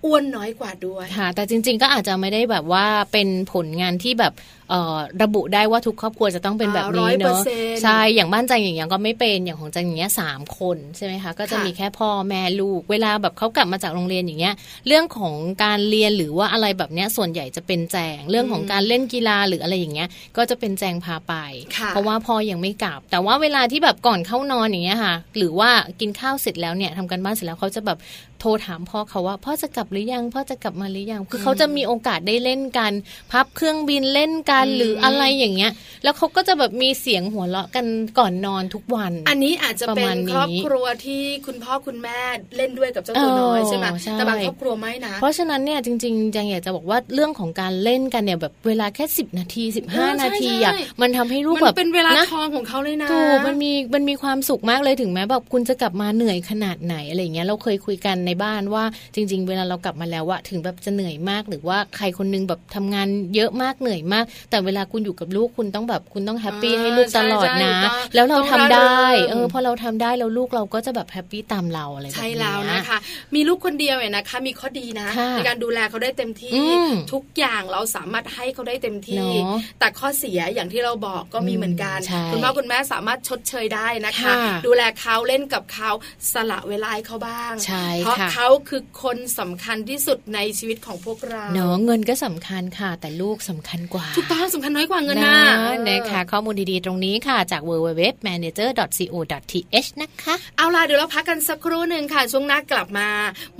[SPEAKER 1] อ้วนน้อยกว่าด้วย
[SPEAKER 2] ค่ะแต่จริงๆก็อาจจะไม่ได้แบบว่าเป็นผลงานที่แบบเอ่อระบุได้ว่าทุกครอบครัวจะต้องเป็นแบบนี้เนอะ
[SPEAKER 1] 100%
[SPEAKER 2] ใช่อย่างบ้านจังอย่างเงี้ยก็ไม่เป็นอย่างของจังอย่างเงี้ยสามคนใช่ไหมคะก็จะ
[SPEAKER 1] ค่ะ
[SPEAKER 2] มีแค่พ่อแม่ลูก เวลาแบบเขากลับมาจากโรงเรียนอย่างเงี้ยเรื่องของการเรียนหรือว่าอะไรแบบเนี้ยส่วนใหญ่จะเป็นแจงเรื่องของการเล่นกีฬาหรืออะไรอย่างเงี้ยก็จะเป็นแจงพาไป
[SPEAKER 1] ค่ะ
[SPEAKER 2] เพราะว่าพ่อยังไม่กลับ แต่ว่าเวลาที่แบบก่อนเข้านอนอย่างเงี้ยค่ะ หรือว่ากินข้าวเสร็จแล้วเนี่ยทำกันบ้านเสร็จแล้วเขาจะแบบ โทรถามพ่อเขาว่า พ่อจะกลับหรือยัง พ่อจะกลับมาหรือยัง คือเขาจะมีโอกาสได้เล่นกัน พับเครื่องบินเล่นกันหรืออะไรอย่างเงี้ย แล้วเขาก็จะแบบมีเสียงหัวเราะกันก่อนนอนทุกวัน
[SPEAKER 3] อันนี้อาจจะเป็
[SPEAKER 2] ประมาณ
[SPEAKER 3] น
[SPEAKER 2] นี้
[SPEAKER 3] ครอบครัวที่คุณพ่อคุณแม่เล่นด้วยกับเจ้าตัวน้อย
[SPEAKER 2] เออ
[SPEAKER 3] ใช่ไหม
[SPEAKER 2] ใช่
[SPEAKER 3] แต่บางครอบครัวไม่นะ
[SPEAKER 2] เพราะฉะนั้นเนี่ยจริงๆจังอยากจะบอกว่าเรื่องของการเล่นกันเนี่ยแบบเวลาแค่ 10 นาที
[SPEAKER 3] เออ
[SPEAKER 2] 15
[SPEAKER 3] ใช่
[SPEAKER 2] นาทีอ่ะ
[SPEAKER 3] ใช่
[SPEAKER 2] มันทำให้ลูก
[SPEAKER 3] มั
[SPEAKER 2] แบบ
[SPEAKER 3] เป็นเวลา
[SPEAKER 2] ะ
[SPEAKER 3] ทองของเขาเลยนะ
[SPEAKER 2] ถูกมันมีมันมีความสุขมากเลยถึงแม้แบบคุณจะกลับมาเหนื่อยขนาดไหนอะไรอย่างเงี้ยเราเคยคุยกันในบ้านว่าจริง ๆ เวลาเรากลับมาแล้วอะถึงแบบจะเหนื่อยมากหรือว่าใครคนนึงแบบทำงานเยอะมากเหนื่อยมาก แต่เวลาคุณอยู่กับลูกคุณต้องแบบคุณต้องแฮปปี้
[SPEAKER 3] อ่า
[SPEAKER 2] ให้ลูกตลอดนะ
[SPEAKER 3] ใช่ใช่
[SPEAKER 2] แล้วเราทำได้
[SPEAKER 3] ต้องร่าเริง
[SPEAKER 2] เออพอเราทำได้แล้วลูกเราก็จะแบบแฮปปี้ตามเราอะไรแบบ
[SPEAKER 3] ใช่
[SPEAKER 2] เนี้ย
[SPEAKER 3] แล้วนะคะ มีลูกคนเดียวเนี่ยนะคะ มีข้อดีนะ
[SPEAKER 2] ค่ะ
[SPEAKER 3] ในการดูแลเขาได้เต็มที่
[SPEAKER 2] อืม
[SPEAKER 3] ทุกอย่างเราสามารถให้เขาได้เต็มที่
[SPEAKER 2] เนอะ
[SPEAKER 3] แต่ข้อเสียอย่างที่เราบอกก็มี
[SPEAKER 2] อืม
[SPEAKER 3] เหมือนกัน
[SPEAKER 2] ใช่
[SPEAKER 3] คุณพ่อคุณแม่สามารถชดเชยได้นะคะ
[SPEAKER 2] ค่ะ
[SPEAKER 3] ดูแลเขาเล่นกับเขาสละเวลาให้เขาบ้าง
[SPEAKER 2] ใช่
[SPEAKER 3] เพราะ
[SPEAKER 2] ค่ะ
[SPEAKER 3] เขาคือคนสำคัญที่สุดในชีวิตของพวกเรา
[SPEAKER 2] เนาะเงินก็สำคัญค่ะ แต่ลูกสำคัญกว่า
[SPEAKER 3] ถูกต้องสำคัญน้อยกว่าเงิน
[SPEAKER 2] นะ
[SPEAKER 3] นะ
[SPEAKER 2] นะคะข้อมูลดีๆ ตรงนี้ค่ะจาก www.manager.co.th นะคะ
[SPEAKER 3] เอาล่ะเดี๋ยวเราพักกันสักครู่หนึ่งค่ะ ช่วงหน้ากลับมา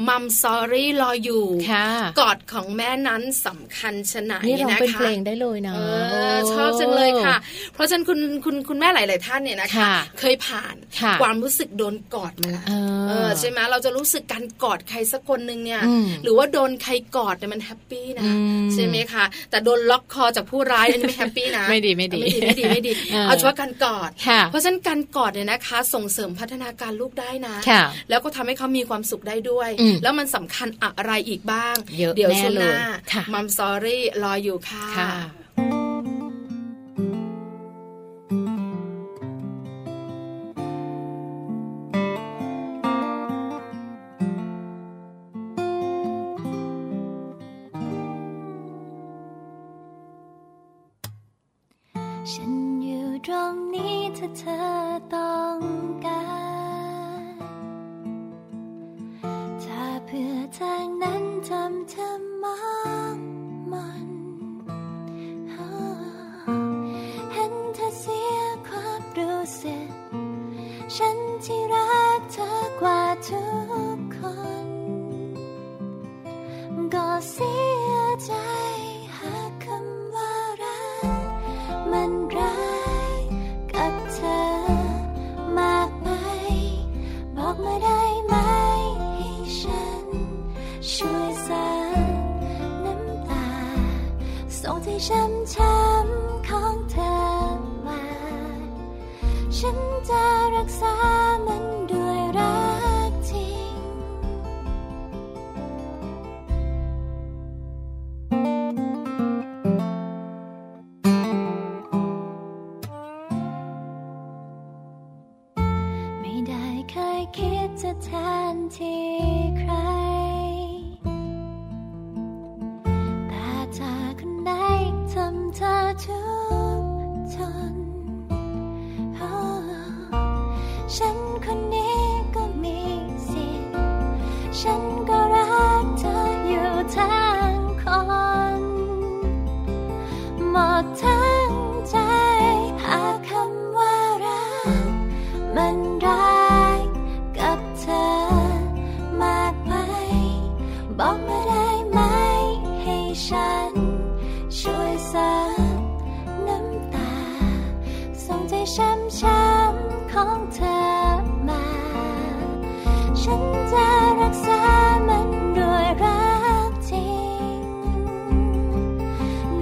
[SPEAKER 3] มัมซอรี่รออยู่
[SPEAKER 2] ค่ะ
[SPEAKER 3] กอดของแม่นั้นสำคัญชะไหนะ
[SPEAKER 2] นี่ร้อง
[SPEAKER 3] นะคะ
[SPEAKER 2] เป็นเพลงได้เลยนะ
[SPEAKER 3] เออชอบจังเลยค่ะ เพราะฉะนั้นคุณคุณคุณแม่หลาย ๆ ท่านเนี่ยนะคะ
[SPEAKER 2] ค่ะ
[SPEAKER 3] เคยผ่าน
[SPEAKER 2] ค่ะ
[SPEAKER 3] ความรู้สึกโดนกอดมาละ
[SPEAKER 2] เออ
[SPEAKER 3] เออใช่ไหมเราจะรู้สึกการกอดใครสักคนหนึ่งเนี่ย
[SPEAKER 2] อืม
[SPEAKER 3] หรือว่าโดนใครกอดเนี่ยมันแฮปปี้นะ
[SPEAKER 2] อืม
[SPEAKER 3] ใช่ไหมคะแต่โดนล็อกคอจากผู้ร้ายอันนี้ไม่แฮปปี้นะ
[SPEAKER 2] ไม่ดีไม่ดี
[SPEAKER 3] ไม่ดีไม่ดี
[SPEAKER 2] เออ
[SPEAKER 3] เอาเฉพาะการกอด
[SPEAKER 2] ค่ะ
[SPEAKER 3] เพราะฉะนั้นการกอดเนี่ยนะคะ ส่งเสริมพัฒนาการลูกได้นะ
[SPEAKER 2] ค่ะ
[SPEAKER 3] แล้วก็ทำให้เขามีความสุขได้ด้วย
[SPEAKER 2] อืม
[SPEAKER 3] แล้วมันสำคัญอะไรอีกบ้าง
[SPEAKER 2] เยอะ
[SPEAKER 3] ยว
[SPEAKER 2] แน่
[SPEAKER 3] ช่วงหน้า
[SPEAKER 2] เลยค่ะ
[SPEAKER 3] มัมซอรี่รออยู่ค่ะ
[SPEAKER 2] ค่ะ
[SPEAKER 6] ฉันอยู่ตรงนี้ถ้าเธอต้องการ ถ้าเพื่อทางนั้นทำเธอมองมันอ่าเห็นเธอเสียความรู้สึก ฉันที่รักเธอกว่าทุกคน ก็เสียใจหากคำว่ารัก มันร้ายกับเธอมากไป บอกมาได้ไหมให้ฉัน ช่วยสานน้ำตา ส่งที่ช้ำช้ำๆของเธอมา ฉันจะรักษามันด้วยรักจริง ไม่ได้เคยคิดจะแทนที่ใคร แต่ถ้าคนไหนทำเธอทุกข์ทนโอ้ฉันคนนี้ก็มีสิทธิ์ ฉันก็รักเธออยู่ทั้งคน หมดทั้งใจหาคำว่ารัก มันร้ายกับเธอมากไป บอกมาได้ไหมให้ฉัน ช่วยซับน้ำตา ส่งใจช้ำช้ำๆของเธอมา ฉันจะรักษามันด้วยรักจริง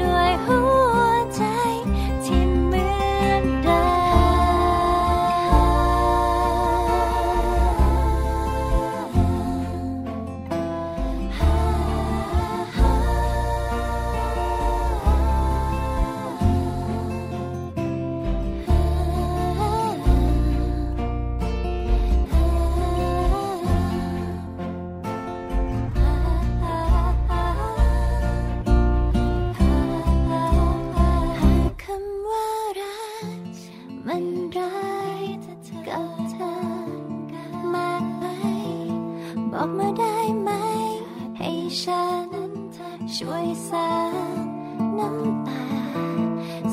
[SPEAKER 6] ด้วยหัวใจที่เหมือนเดิม คำว่ารักมันร้ายกับเธอมากไป บอกมาได้ไหม ให้ฉันช่วยสาน้ำตา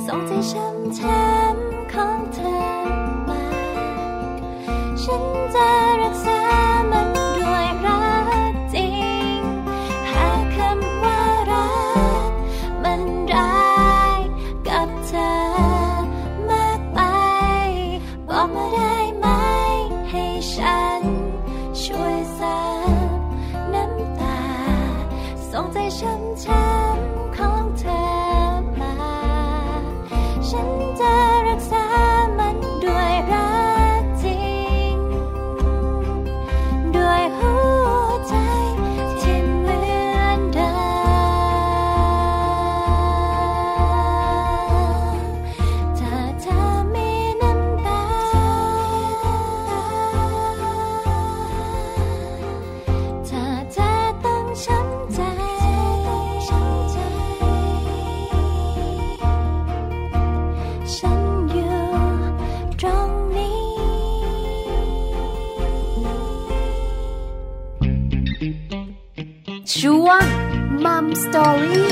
[SPEAKER 6] ส่งใจช้ำช้ำของเธอมา ฉันจะรักษามันด้วยรัก มัมสตอรี่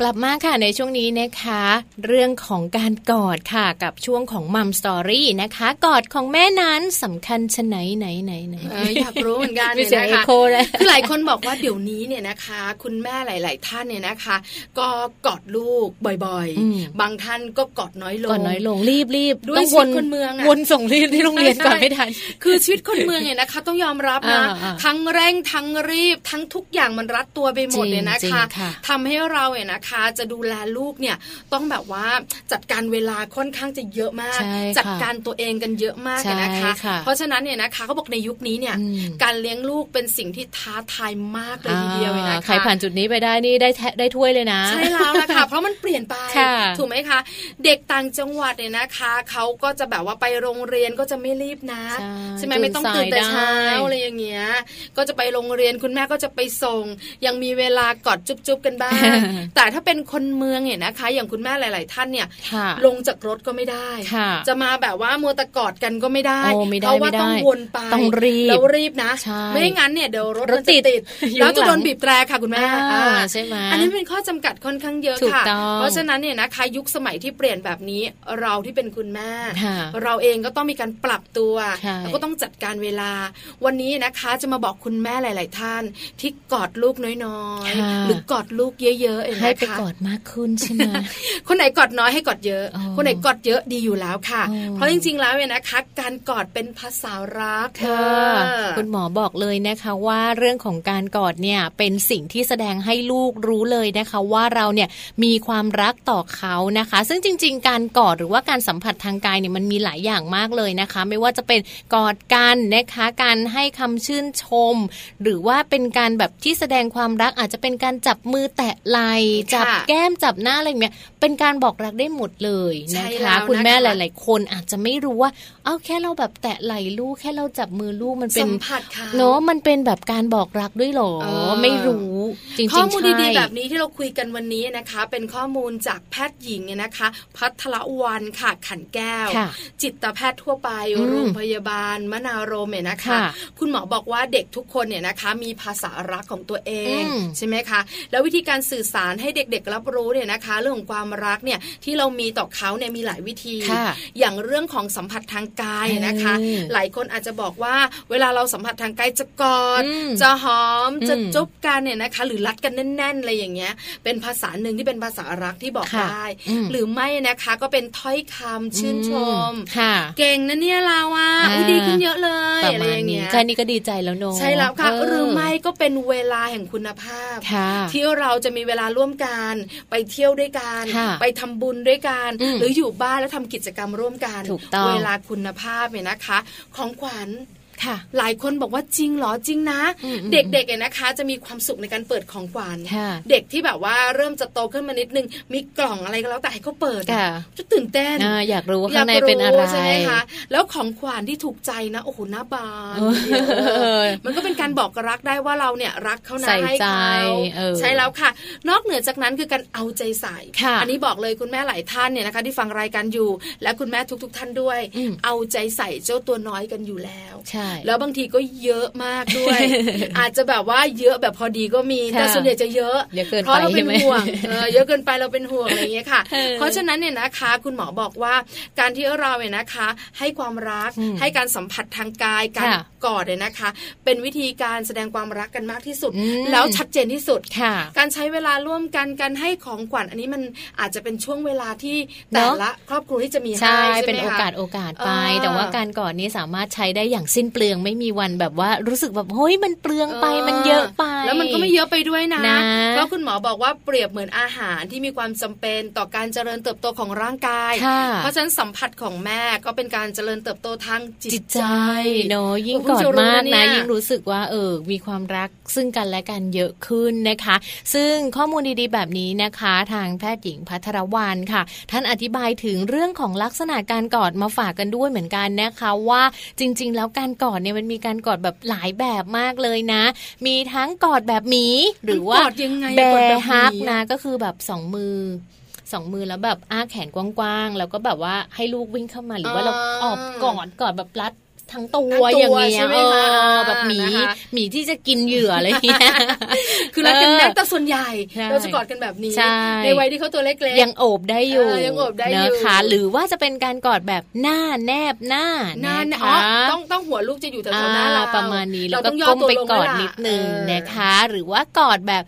[SPEAKER 2] กลับมาค่ะในช่วงนี้นะคะ เรื่องของการกอดค่ะกับช่วงของมัมสตอรี่นะคะ กอดของแม่นั้นสำคัญชะไหนไหนไหนไหน
[SPEAKER 3] เอออยากรู้เหมือนกัน
[SPEAKER 2] มีเสียงเอย
[SPEAKER 3] นี่นะคะ
[SPEAKER 2] โคเลย
[SPEAKER 3] คือหลายคนบอกว่าเดี๋ยวนี้เนี่ยนะคะ คุณแม่หลาย ๆ ท่านเนี่ยนะคะ ก็กอดลูกบ่อย
[SPEAKER 2] อืม
[SPEAKER 3] บางท่านก็กอดน้อยลง
[SPEAKER 2] ก่อนน้อยลงรีบรีบ
[SPEAKER 3] ด้วย
[SPEAKER 2] ต้องว
[SPEAKER 3] ชีวิตคนเมืองอะ
[SPEAKER 2] วนส่งรีบที่โรงเรียน
[SPEAKER 3] ใช่
[SPEAKER 2] ก่อนไม่ทัน
[SPEAKER 3] คือชีวิตคนเมืองเนี่ยนะคะ ต้องยอมรับนะ
[SPEAKER 2] อ่าอ่า
[SPEAKER 3] ทั้งเร่งทั้งรีบ ทั้งทุกอย่างมันรัดตัวไปหมด
[SPEAKER 2] จริง
[SPEAKER 3] เลยนะ
[SPEAKER 2] จริง
[SPEAKER 3] คะ
[SPEAKER 2] ค่ะ
[SPEAKER 3] ทำให้เราเนี่ยนะคะ จะดูแลลูกเนี่ยต้องแบบว่าจัดการเวลาค่อนข้างจะเยอะมาก
[SPEAKER 2] ใช่ค่ะ
[SPEAKER 3] จัดการตัวเองกันเยอะมากเลยนะคะ
[SPEAKER 2] ใช่ค่ะ
[SPEAKER 3] เพราะฉะนั้นเนี่ยนะคะเขาบอกในยุคนี้เนี่ย
[SPEAKER 2] อืม
[SPEAKER 3] การเลี้ยงลูกเป็นสิ่งที่ท้าทายมากเลยทีเดียวเลยนะ
[SPEAKER 2] อ่า
[SPEAKER 3] คะ
[SPEAKER 2] ใครผ่านจุดนี้ไปได้นี่ได้แทได้ถ้วยเลยนะ
[SPEAKER 3] ใช่แล้วล่ะ ค่ะ เพราะมันเปลี่ยนไป
[SPEAKER 2] ค่ะ
[SPEAKER 3] ถูกไหมคะ เด็กต่างจังหวัดเนี่ยนะคะเขาก็จะแบบว่าไปโรงเรียนก็จะไม่รีบนะ
[SPEAKER 2] ใช่
[SPEAKER 3] ไหมไม่ต้องตื่นแต่เช้า
[SPEAKER 2] ตื่นสายได้
[SPEAKER 3] อะไรอย่างเงี้ยก็จะไปโรงเรียนคุณแม่ก็จะไปส่ง ยังมีเวลากอดจุ๊บๆกันบ้าง แต่ถ้าเป็นคนเมืองเนี่ยนะคะ อย่างคุณแม่หลาย ๆ ท่านเนี่ย
[SPEAKER 2] ค่ะ
[SPEAKER 3] ลงจากรถก็ไม่ได้
[SPEAKER 2] ค่ะ
[SPEAKER 3] จะมาแบบว่ามัวแตะกอดกันก็ไม่ได้
[SPEAKER 2] โอ้ไม่ได้
[SPEAKER 3] เพราะว่า
[SPEAKER 2] ไม่ได้
[SPEAKER 3] ต้องวนไป
[SPEAKER 2] ต้องรีบ
[SPEAKER 3] แล้วรีบนะ
[SPEAKER 2] ใช่
[SPEAKER 3] ไม่งั้นเนี่ยเดี๋ยวรถ
[SPEAKER 2] รถ
[SPEAKER 3] มันจะ
[SPEAKER 2] ติด
[SPEAKER 3] ติด
[SPEAKER 2] อยู่
[SPEAKER 3] แล้วจะโด
[SPEAKER 2] ข้างหลั
[SPEAKER 3] น
[SPEAKER 2] ง
[SPEAKER 3] บีบแตรค่ะคุณแม่
[SPEAKER 2] อ่า
[SPEAKER 3] อ่า
[SPEAKER 2] ใช่ไหม
[SPEAKER 3] อันนี้เป็นข้อจำกัดค่อนข้างเยอะ
[SPEAKER 2] ถูก
[SPEAKER 3] ค่ะ
[SPEAKER 2] ต้อง
[SPEAKER 3] เพราะฉะนั้นเนี่ยนะคะยุคสมัยที่เปลี่ยนแบบนี้เราที่เป็นคุณแม่
[SPEAKER 2] ค่ะ
[SPEAKER 3] เราเองก็ต้องมีการปรับตัว
[SPEAKER 2] ใช่
[SPEAKER 3] แล้วก็ต้องจัดการเวลา วันนี้นะคะจะมาบอกคุณแม่หลาย ๆ ท่าน ที่กอดลูกน้อยๆ หรือกอดลูกเยอะๆเองนะคะ
[SPEAKER 2] ให้ไปกอดมากขึ้นใช่ไหม
[SPEAKER 3] คนไหนกอดน้อยให้กอดเยอะ
[SPEAKER 2] อ๋อ
[SPEAKER 3] คนไหนกอดเยอะดีอยู่แล้วค่ะ
[SPEAKER 2] อ๋อ
[SPEAKER 3] เพราะจริงๆ แล้วเนี่ยนะคะ การกอดเป็นภาษารัก
[SPEAKER 2] ค่ะ
[SPEAKER 3] เออ
[SPEAKER 2] คุณหมอบอกเลยนะคะว่าเรื่องของการกอดเนี่ยเป็นสิ่งที่แสดงให้ลูกรู้เลยนะคะ ว่าเราเนี่ยมีความรักต่อเขานะคะ ซึ่งจริง ๆ การกอดหรือว่าการสัมผัสทางกายเนี่ยมันมีหลายอย่างมากเลยนะคะ ไม่ว่าจะเป็นกอดกันนะคะ การให้คำชื่นชม หรือว่าเป็นการแบบที่แสดงความรักอาจจะเป็นการจับมือแตะไหล่จับ
[SPEAKER 3] ค่ะ
[SPEAKER 2] แก้มจับหน้าอะไรอย่างเงี้ยเป็นการบอกรักได้หมดเลย
[SPEAKER 3] ใช่
[SPEAKER 2] นะ
[SPEAKER 3] แล้
[SPEAKER 2] คะ
[SPEAKER 3] ว
[SPEAKER 2] คุณแม่
[SPEAKER 3] นะคะ
[SPEAKER 2] หลาย หลายคนอาจจะไม่รู้ว่า เอาแค่เราแบบแตะไหล่ลูกแค่เราจับมือลูกมันเป็
[SPEAKER 3] สั
[SPEAKER 2] น
[SPEAKER 3] มผัสค่ะ
[SPEAKER 2] เนาะมันเป็นแบบการบอกรักด้วยเหรอ
[SPEAKER 3] เออ
[SPEAKER 2] ไม่รู้ จริงๆ
[SPEAKER 3] ข้อมูลดีๆ
[SPEAKER 2] ใช่
[SPEAKER 3] แบบนี้ที่เราคุยกันวันนี้นะคะ เป็นข้อมูลจากแพทย์หญิงเนี่ยนะคะ พัทรวันค่ะขันแก้ว
[SPEAKER 2] ค่ะ
[SPEAKER 3] จิตแพทย์ทั่วไป
[SPEAKER 2] อืม
[SPEAKER 3] โรงพยาบาลมนารมเนี่ยนะคะ
[SPEAKER 2] ค่ะ
[SPEAKER 3] คุณหมอบอกว่าเด็กทุกคนเนี่ยนะคะ มีภาษารักของตัวเอง
[SPEAKER 2] อืม
[SPEAKER 3] ใช่ไหมคะ แล้ววิธีการสื่อสารให้เด็กๆ รับรู้เนี่ยนะคะ เรื่องของความรักเนี่ยที่เรามีต่อเขาเนี่ยมีหลายวิธี
[SPEAKER 2] ค่ะ
[SPEAKER 3] อย่างเรื่องของสัมผัสทางกายนะคะ
[SPEAKER 2] เออ
[SPEAKER 3] หลายคนอาจจะบอกว่า เวลาเราสัมผัสทางกายจะกอด
[SPEAKER 2] อืม
[SPEAKER 3] จะหอมจะ
[SPEAKER 2] อืม
[SPEAKER 3] จุ๊บ กต้องเป็นการเนี่ยนะคะหรือรัดกันแน่นๆอะไรอย่างเงี้ย เป็นภาษาหนึ่งที่เป็นภาษารักที่บอก
[SPEAKER 2] ค่ะ
[SPEAKER 3] ได้
[SPEAKER 2] อืม
[SPEAKER 3] หรือไม่นะคะก็เป็นถ้อยคำชื่นชม
[SPEAKER 2] อืค่ะ
[SPEAKER 3] เก่งนะเนี่ยเราอ่ะ
[SPEAKER 2] อ่า
[SPEAKER 3] อุ๊ยดีขึ้นเยอะเลย
[SPEAKER 2] ประ
[SPEAKER 3] อะไร
[SPEAKER 2] มาณ
[SPEAKER 3] อย่าง
[SPEAKER 2] นี้
[SPEAKER 3] เงี้ย
[SPEAKER 2] แค่นี้ก็ดีใจแล้วเนาะ
[SPEAKER 3] ใช่แล้วค่ะ
[SPEAKER 2] เห
[SPEAKER 3] รือไม่ก็เป็นเวลาแห่งคุณภาพ
[SPEAKER 2] ค่ะ
[SPEAKER 3] ที่เราจะมีเวลาร่วมกันไปเที่ยวด้วยกัน
[SPEAKER 2] ค่ะ
[SPEAKER 3] ไปทำบุญด้วยกัน
[SPEAKER 2] อืม
[SPEAKER 3] หรืออยู่บ้านแล้วทำกิจกรรมร่วมกัน
[SPEAKER 2] ถูกต้อง
[SPEAKER 3] เวลาคุณภาพเนี่ยนะคะ ของขวัญ
[SPEAKER 2] ค่ะ
[SPEAKER 3] หลายคนบอกว่าจริงเหรอจริงนะ
[SPEAKER 2] อืมอืม
[SPEAKER 3] เด็กๆเนี่ยนะคะ จะมีความสุขในการเปิดของขวัญ
[SPEAKER 2] ค่ะ
[SPEAKER 3] เด็กที่แบบว่าเริ่มจะโตขึ้นมานิดนึง มีกล่องอะไรก็แล้วแต่ให้เขาเปิด
[SPEAKER 2] ค่ะ
[SPEAKER 3] จะตื่นเต้น
[SPEAKER 2] อ่าอยากรู้ว่าข้างในเป็นอะไร
[SPEAKER 3] ใช่ไหมคะแล้วของขวัญที่ถูกใจนะโอ้โหหน้าบาน
[SPEAKER 2] เออ
[SPEAKER 3] ทีเดียวเออมันก็เป็นการบอกรักได้ว่าเราเนี่ยรักเขานะ
[SPEAKER 2] ใส่ใจ
[SPEAKER 3] ห้เขา
[SPEAKER 2] เออ
[SPEAKER 3] ใช่แล้วค่ะ นอกเหนือจากนั้นคือการเอาใจใส่
[SPEAKER 2] ค่ะ
[SPEAKER 3] อันี้บอกเลยคุณแม่หลายท่านเนี่ยนะคะ ที่ฟังรายการอยู่ และคุณแม่ทุก ๆ ท่านด้วย เอาใจใส่เจ้าตัวน้อยกันอยู่แล้ว
[SPEAKER 2] ใช่
[SPEAKER 3] แล้วบางทีก็เยอะมากด้วย อาจจะแบบว่าเยอะแบบพอดีก็มี
[SPEAKER 2] ค่ะ
[SPEAKER 3] แต่ส่วนใหญ่จะเยอะ
[SPEAKER 2] เยอะเกิน
[SPEAKER 3] ราะเรา
[SPEAKER 2] ไป
[SPEAKER 3] เป็น
[SPEAKER 2] ใช่ไหม
[SPEAKER 3] ห่วงเอ อเยอะเกินไปเราเป็นห่วงอะไรอย่างเงี้ยค่ะ
[SPEAKER 2] เออ
[SPEAKER 3] เพราะฉะนั้นเนี่ยนะคะ คุณหมอบอกว่าการที่เราเนี่ยนะคะ ให้ความรัก
[SPEAKER 2] อืม
[SPEAKER 3] ให้การสัมผัสทางกายการ
[SPEAKER 2] ค่ะ
[SPEAKER 3] กอดเนี่ยนะคะ เป็นวิธีการแสดงความรักกันมากที่สุด
[SPEAKER 2] อืม
[SPEAKER 3] แล้วชัดเจนที่สุด
[SPEAKER 2] ค่ะ
[SPEAKER 3] การใช้เวลาร่วมกันการให้ของขวัญอันนี้มันอาจจะเป็นช่วงเวลาที่แต่
[SPEAKER 2] เนอะ
[SPEAKER 3] ละครอบครัวที่จะมีให้
[SPEAKER 2] ใช่
[SPEAKER 3] ใช่ไหม
[SPEAKER 2] เป็นโอกาส
[SPEAKER 3] คะ
[SPEAKER 2] โอกาสไป
[SPEAKER 3] เออ
[SPEAKER 2] แต่ว่าการก่อนนี้สามารถใช้ได้อย่างสิ้นเปลืองไม่มีวันแบบว่ารู้สึกแบบเฮ้ยมันเปลืองไปมันเยอะไป
[SPEAKER 3] แล้วมันก็ไม่เยอะไปด้วยนะ
[SPEAKER 2] นะ
[SPEAKER 3] เพราะคุณหมอบอกว่าเปรียบเหมือนอาหารที่มีความจำเป็นต่อการเจริญเติบโตของร่างกาย
[SPEAKER 2] ค่ะ
[SPEAKER 3] เพราะฉะนั้นสัมผัสของแม่ก็เป็นการเจริญเติบโตทางจิ
[SPEAKER 2] จิ
[SPEAKER 3] ต
[SPEAKER 2] ต
[SPEAKER 3] ใจ
[SPEAKER 2] ใจเนอะยิ่งก
[SPEAKER 3] โอ้
[SPEAKER 2] อ
[SPEAKER 3] เพิ่ง
[SPEAKER 2] ด
[SPEAKER 3] จะรู้
[SPEAKER 2] มาก
[SPEAKER 3] นะเนี่
[SPEAKER 2] นะ
[SPEAKER 3] ย
[SPEAKER 2] ยิ่งรู้สึกว่าเออมีความรักซึ่งกันและกันเยอะขึ้นนะคะ ซึ่งข้อมูลดีๆแบบนี้นะคะ ทางแพทย์หญิงพัทรวรรณค่ะ ท่านอธิบายถึงเรื่องของลักษณะการกอดมาฝากกันด้วยเหมือนกันนะคะ ว่าจริง ๆ แล้วการกอดเนี่ยมันมีการกอดแบบหลายแบบมากเลยนะ มีทั้งกอดแบบหมีหรือว่า
[SPEAKER 3] กดยังไง
[SPEAKER 2] แบ
[SPEAKER 3] กดแบบ
[SPEAKER 2] ร์ฮัก
[SPEAKER 3] นี้
[SPEAKER 2] นะก็คือแบบสองมือสองมือแล้วแบบอ้าแขนกว้างๆ แล้วก็แบบว่าให้ลูกวิ่งเข้ามาหรือว่าเราออ
[SPEAKER 3] อ่า
[SPEAKER 2] บกอดกอดแบบรัด ทั้งตัว
[SPEAKER 3] ทั้งตัว
[SPEAKER 2] อย่างเงี้
[SPEAKER 3] ใช่
[SPEAKER 2] ย
[SPEAKER 3] ไหม
[SPEAKER 2] เอ
[SPEAKER 3] คะ
[SPEAKER 2] อแบบหมี
[SPEAKER 3] นะคะ
[SPEAKER 2] หมีที่จะกินเหยื่ออะไรเงี้ย
[SPEAKER 3] คือรักกันแน่แต่ส่วนใหญ่
[SPEAKER 2] ใช่
[SPEAKER 3] เราจะกอดกันแบบนี้
[SPEAKER 2] ใช่
[SPEAKER 3] ในวัยที่เขาตัวเล็กๆ
[SPEAKER 2] ยังโอบได้อยู่
[SPEAKER 3] เออยังโอบได้อยู่
[SPEAKER 2] นะคะหรือว่าจะเป็นการกอดแบบหน้าแนบหน้า
[SPEAKER 3] หน้า
[SPEAKER 2] ะ
[SPEAKER 3] เนี่ย
[SPEAKER 2] คะ
[SPEAKER 3] อ๋อต้องต้องหัวลูกจะอยู่แถวๆหน้า
[SPEAKER 2] อ่
[SPEAKER 3] เรา
[SPEAKER 2] ประมาณนี้แล้
[SPEAKER 3] เรา
[SPEAKER 2] วก็
[SPEAKER 3] ต้องย่อ
[SPEAKER 2] ก้ม
[SPEAKER 3] ตัว
[SPEAKER 2] ไป
[SPEAKER 3] ลง
[SPEAKER 2] กอด
[SPEAKER 3] เวลา
[SPEAKER 2] นิดนึง
[SPEAKER 3] เออ
[SPEAKER 2] นะคะ หรือว่ากอดแบบ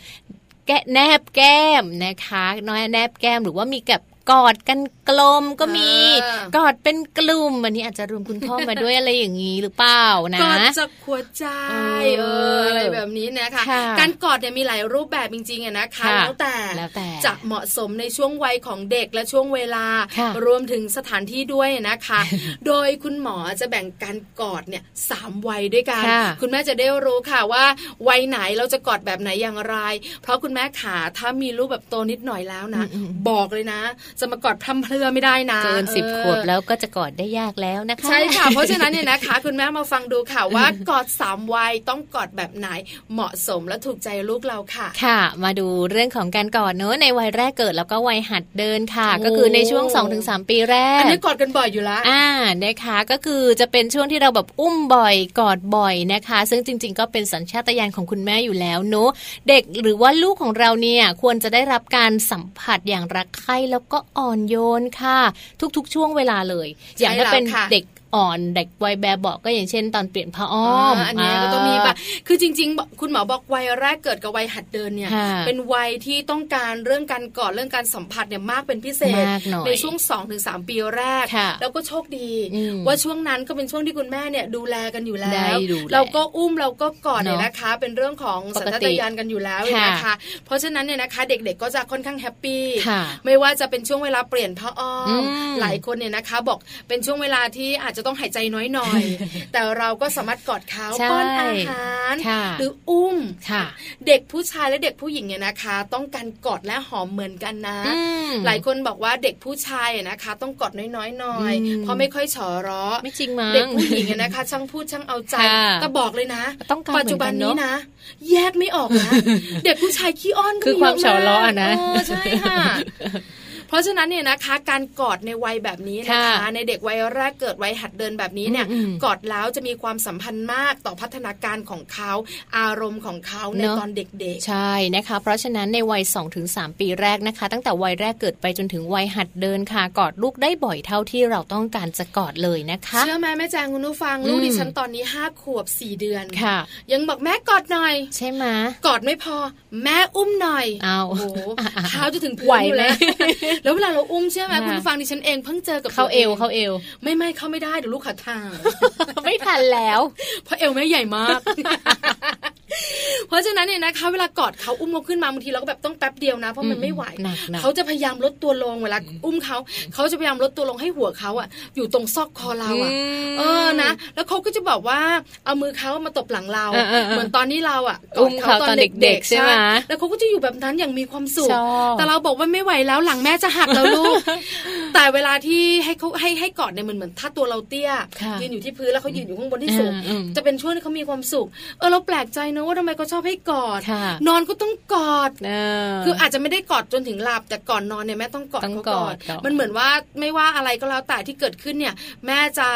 [SPEAKER 2] แกะแนบแก้มนะคะน้อยแนบแก้มหรือว่ามีแบบกอดกันกลมก็มี
[SPEAKER 3] อ่าก
[SPEAKER 2] กอดเป็นกลุ่มอันนี้อาจจะรวมคุณพ่อมาด้วยอะไรอย่างนี้หรือเปล่านะ
[SPEAKER 3] กอดจากหัวใจ
[SPEAKER 2] เอ
[SPEAKER 3] เอ
[SPEAKER 2] อ
[SPEAKER 3] ออะไรแบบนี้นะคะ
[SPEAKER 2] ค่ะ
[SPEAKER 3] การกอดเนี่ยมีหลายรูปแบบจริงๆอะนะคะ
[SPEAKER 2] ค่ะ
[SPEAKER 3] แล้วแต่
[SPEAKER 2] แล้วแต่
[SPEAKER 3] จะเหมาะสมในช่วงวัยของเด็กและช่วงเวลา
[SPEAKER 2] ค่ะ
[SPEAKER 3] รวมถึงสถานที่ด้วยนะคะ โดยคุณหมอจะแบ่งการกอดเนี่ยสามวัยด้วยกัน
[SPEAKER 2] ค่ะ
[SPEAKER 3] ณแม่จะได้รู้ค่ะว่าวัยไหนเราจะกอดแบบไหนอย่างไร เพราะคุณแม่ขาถ้ามีลูกแบบโตนิดหน่อยแล้วนะ
[SPEAKER 2] อืมๆ
[SPEAKER 3] บอกเลยนะ จะมากอดพร่ำเพรื่อไม่ได้นะ
[SPEAKER 2] เกินสิบ
[SPEAKER 3] เอ
[SPEAKER 2] ข
[SPEAKER 3] อ
[SPEAKER 2] วบแล้วก็จะกอดได้ยากแล้วนะคะ
[SPEAKER 3] ใช่ค่ะ เพราะฉะนั้นเนี่ยนะคะ คุณแม่มาฟังดูค่ะว่ากอดสามวัยต้องกอดแบบไหนเหมาะสมและถูกใจลูกเราค่ะ
[SPEAKER 2] ค่ะ มาดูเรื่องของการกอดเนอะในวัยแรกเกิดแล้วก็วัยหัดเดินค่ะ
[SPEAKER 3] โอ้
[SPEAKER 2] ก็คือในช่วง 2-3 ปีแรก
[SPEAKER 3] อันนี้กอดกันบ่อยอยู่ละ
[SPEAKER 2] อ่านะคะก็คือจะเป็นช่วงที่เราแบบอุ้มบ่อยกอดบ่อยนะคะ ซึ่งจริง ๆ ก็เป็นสัญชาตญาณของคุณแม่อยู่แล้วเนอะเด็กหรือว่าลูกของเราเนี่ยควรจะได้รับการสัมผัสอย่างรักใคร่แล้วก็อ่อนโยนค่ะ ทุกๆ ช่วงเวลาเลย อย่างถ้าเป็น
[SPEAKER 3] แล้วค่ะ
[SPEAKER 2] เด็กอ่อนเด็กวัยแบบเบาะก็อย่างเช่น ตอนเปลี่ยนผ้าอ้อม
[SPEAKER 3] อันเนี้ยก็ต้องมีปะคือจริง ๆ คุณหมอบอกวัยแรกเกิดกับวัยหัดเดินเนี่ย
[SPEAKER 2] ค่ะ
[SPEAKER 3] เป็นวัยที่ต้องการเรื่องการกอดเรื่องการสัมผัสเนี่ยมากเป็นพิเศษ
[SPEAKER 2] มากหน่อย
[SPEAKER 3] ในช่วง2อถึงสปีแรก
[SPEAKER 2] ค่ะ
[SPEAKER 3] แล้วก็โชคดี
[SPEAKER 2] อืม
[SPEAKER 3] ว่าช่วงนั้นก็เป็นช่วงที่คุณแม่เนี่ยดูแลกันอยู่แล้
[SPEAKER 2] ได้
[SPEAKER 3] ว
[SPEAKER 2] ดูแล
[SPEAKER 3] เราก็อุ้มเราก็กอด
[SPEAKER 2] เนอะ
[SPEAKER 3] เนี่ยนะคะ เป็นเรื่องของสัญชา
[SPEAKER 2] ปกติ
[SPEAKER 3] ตญาณกันอยู่แล้ว
[SPEAKER 2] ค่ะ
[SPEAKER 3] นะคะ เพราะฉะนั้นเนี่ยนะคะเด็กๆก็จะค่อนข้างแฮปปี้
[SPEAKER 2] ค่ะ
[SPEAKER 3] ไม่ว่าจะเป็นช่วงเวลาเปลี่ยนผ้าอ้อม
[SPEAKER 2] อืม
[SPEAKER 3] หลายคนเนี่ยนะคะ บอกเป็นช่วงเวลาที่อาจจะต้องหายใจน้อยหน่อย แต่เราก็สามารถกอดเขา
[SPEAKER 2] ใช่
[SPEAKER 3] ป้อนอาหาร
[SPEAKER 2] ค่ะ
[SPEAKER 3] หรืออุ้ม
[SPEAKER 2] ค่ะ
[SPEAKER 3] เด็กผู้ชายและเด็กผู้หญิงเนี่ยนะคะ ต้องการกอดและหอมเหมือนกันนะ
[SPEAKER 2] อืม
[SPEAKER 3] หลายคนบอกว่าเด็กผู้ชายอะนะคะ ต้องกอดน้อยๆหน่อย
[SPEAKER 2] อืม
[SPEAKER 3] เพราะไม่ค่อยเฉอร้อ
[SPEAKER 2] ไม่จริงมั้ง
[SPEAKER 3] เด็กผู้หญิงอะนะคะ ช่างพูดช่างเอาใจ
[SPEAKER 2] ค่ะ
[SPEAKER 3] แต่บอกเลยนะ
[SPEAKER 2] ต้องการ
[SPEAKER 3] ปัจจุบัน
[SPEAKER 2] เหมือน
[SPEAKER 3] นี้
[SPEAKER 2] กันเนอะ
[SPEAKER 3] นะ แยกไม่ออก นะ เด็กผู้ชายขี้อ้อนก็
[SPEAKER 2] คือความเฉาะล้ออะนะ
[SPEAKER 3] เออใช่ค่ะ เพราะฉะนั้นเนี่ยนะคะ การกอดในวัยแบบนี้นะ
[SPEAKER 2] ค่ะ
[SPEAKER 3] คะ ในเด็กวัยแรกเกิดวัยหัดเดินแบบนี้เนี่ย
[SPEAKER 2] อืมอืม
[SPEAKER 3] กอดแล้วจะมีความสัมพันธ์มากต่อพัฒนาการของเขาอารมณ์ของเขาใน
[SPEAKER 2] เนอะ
[SPEAKER 3] ตอนเด็กๆ
[SPEAKER 2] ใช่นะคะ เพราะฉะนั้นในวัย 2-3 ปีแรกนะคะ ตั้งแต่วัยแรกเกิดไปจนถึงวัยหัดเดินค่ะ กอดลูกได้บ่อยเท่าที่เราต้องการจะกอดเลยนะคะ
[SPEAKER 3] เชื่อไหมแม่แจงคุณผู้ฟังลู
[SPEAKER 2] อื
[SPEAKER 3] ก
[SPEAKER 2] ม
[SPEAKER 3] ดิฉันตอนนี้ห้าขวบสี่เดือน
[SPEAKER 2] ค่ะ
[SPEAKER 3] ยังบอกแม่กอดหน่อย
[SPEAKER 2] ใช่ไหมะ
[SPEAKER 3] กอดไม่พอ แม่อุ้มหน่อย
[SPEAKER 2] เอา
[SPEAKER 3] โอ้ โหเท้าจะถึงพื้
[SPEAKER 2] ไหวน
[SPEAKER 3] อยู่แล้ว
[SPEAKER 2] ไหม
[SPEAKER 3] แล้วเวลาเราอุ้มเชื่อไหม
[SPEAKER 2] ค่ะ
[SPEAKER 3] คุณผู้ฟังดิฉันเองเพิ่งเจอกับ
[SPEAKER 2] เข้า
[SPEAKER 3] ตัว
[SPEAKER 2] เอวเข้าเอว
[SPEAKER 3] ไม่ไม่เข้าไม่ได้เดี๋ยวลูกขาดทาง
[SPEAKER 2] ไม่ทันแล้ว
[SPEAKER 3] เพราะเอวแม่ใหญ่มาก เพราะฉะนั้นเนี่ยนะคะ เวลากอดเขาอุ้มเขาขึ้นมาบางทีเราก็แบบต้องแป๊บเดียวนะเพราะมั
[SPEAKER 2] อื
[SPEAKER 3] น
[SPEAKER 2] ม
[SPEAKER 3] ไม่ไหว
[SPEAKER 2] หนักๆ
[SPEAKER 3] เขาจะพยายามลดตัวลงเวลาอุ้มเขาเขาจะพยายามลดตัวลงให้หัวเขาอะอยู่ตรงซอกคอเราอะ
[SPEAKER 2] ม
[SPEAKER 3] เออนะ แล้วเขาก็จะบอกว่าเอามือเขามาตบหลังเรา
[SPEAKER 2] เออเออเออ
[SPEAKER 3] เหมือนตอนนี้เราอ่ะ
[SPEAKER 2] อุ้มเขาตอนเด็กๆใช่ไหม
[SPEAKER 3] แล้วเขาก็จะอยู่แบบนั้นอย่างมีความสุข
[SPEAKER 2] ชอบ
[SPEAKER 3] แต่เราบอกว่าไม่ไหวแล้วหลังแม่จะหักแล้วลู ก แต่เวลาที่ให้เขาให้ให้กอดเนี่ยมันเหมือนถ้าตัวเราเตี้ย
[SPEAKER 2] ค่ะ
[SPEAKER 3] ยืนอยู่ที่พื้นแล้วเขายืนอยู่ข้างบนที่สูง
[SPEAKER 2] อืมอืม
[SPEAKER 3] จะเป็นช่วงที่เขามีความสุข เออเราแปลกใจนะว่าทำไมเขาชอบให้กอด
[SPEAKER 2] ค่ะ
[SPEAKER 3] นอนก็ต้องกอด
[SPEAKER 2] เ
[SPEAKER 3] คืออาจจะไม่ได้กอดจนถึงหลับแต่ก่อนนอนเนี่ยแม่ต้องกอด
[SPEAKER 2] ต้อง
[SPEAKER 3] เขา
[SPEAKER 2] ก
[SPEAKER 3] ก่
[SPEAKER 2] อ
[SPEAKER 3] อ
[SPEAKER 2] ด
[SPEAKER 3] น
[SPEAKER 2] ก่อน
[SPEAKER 3] มันเหมือนว่าไม่ว่าอะไรก็แล้วแต่ที่เกิดขึ้นเนี่ย แม่จะ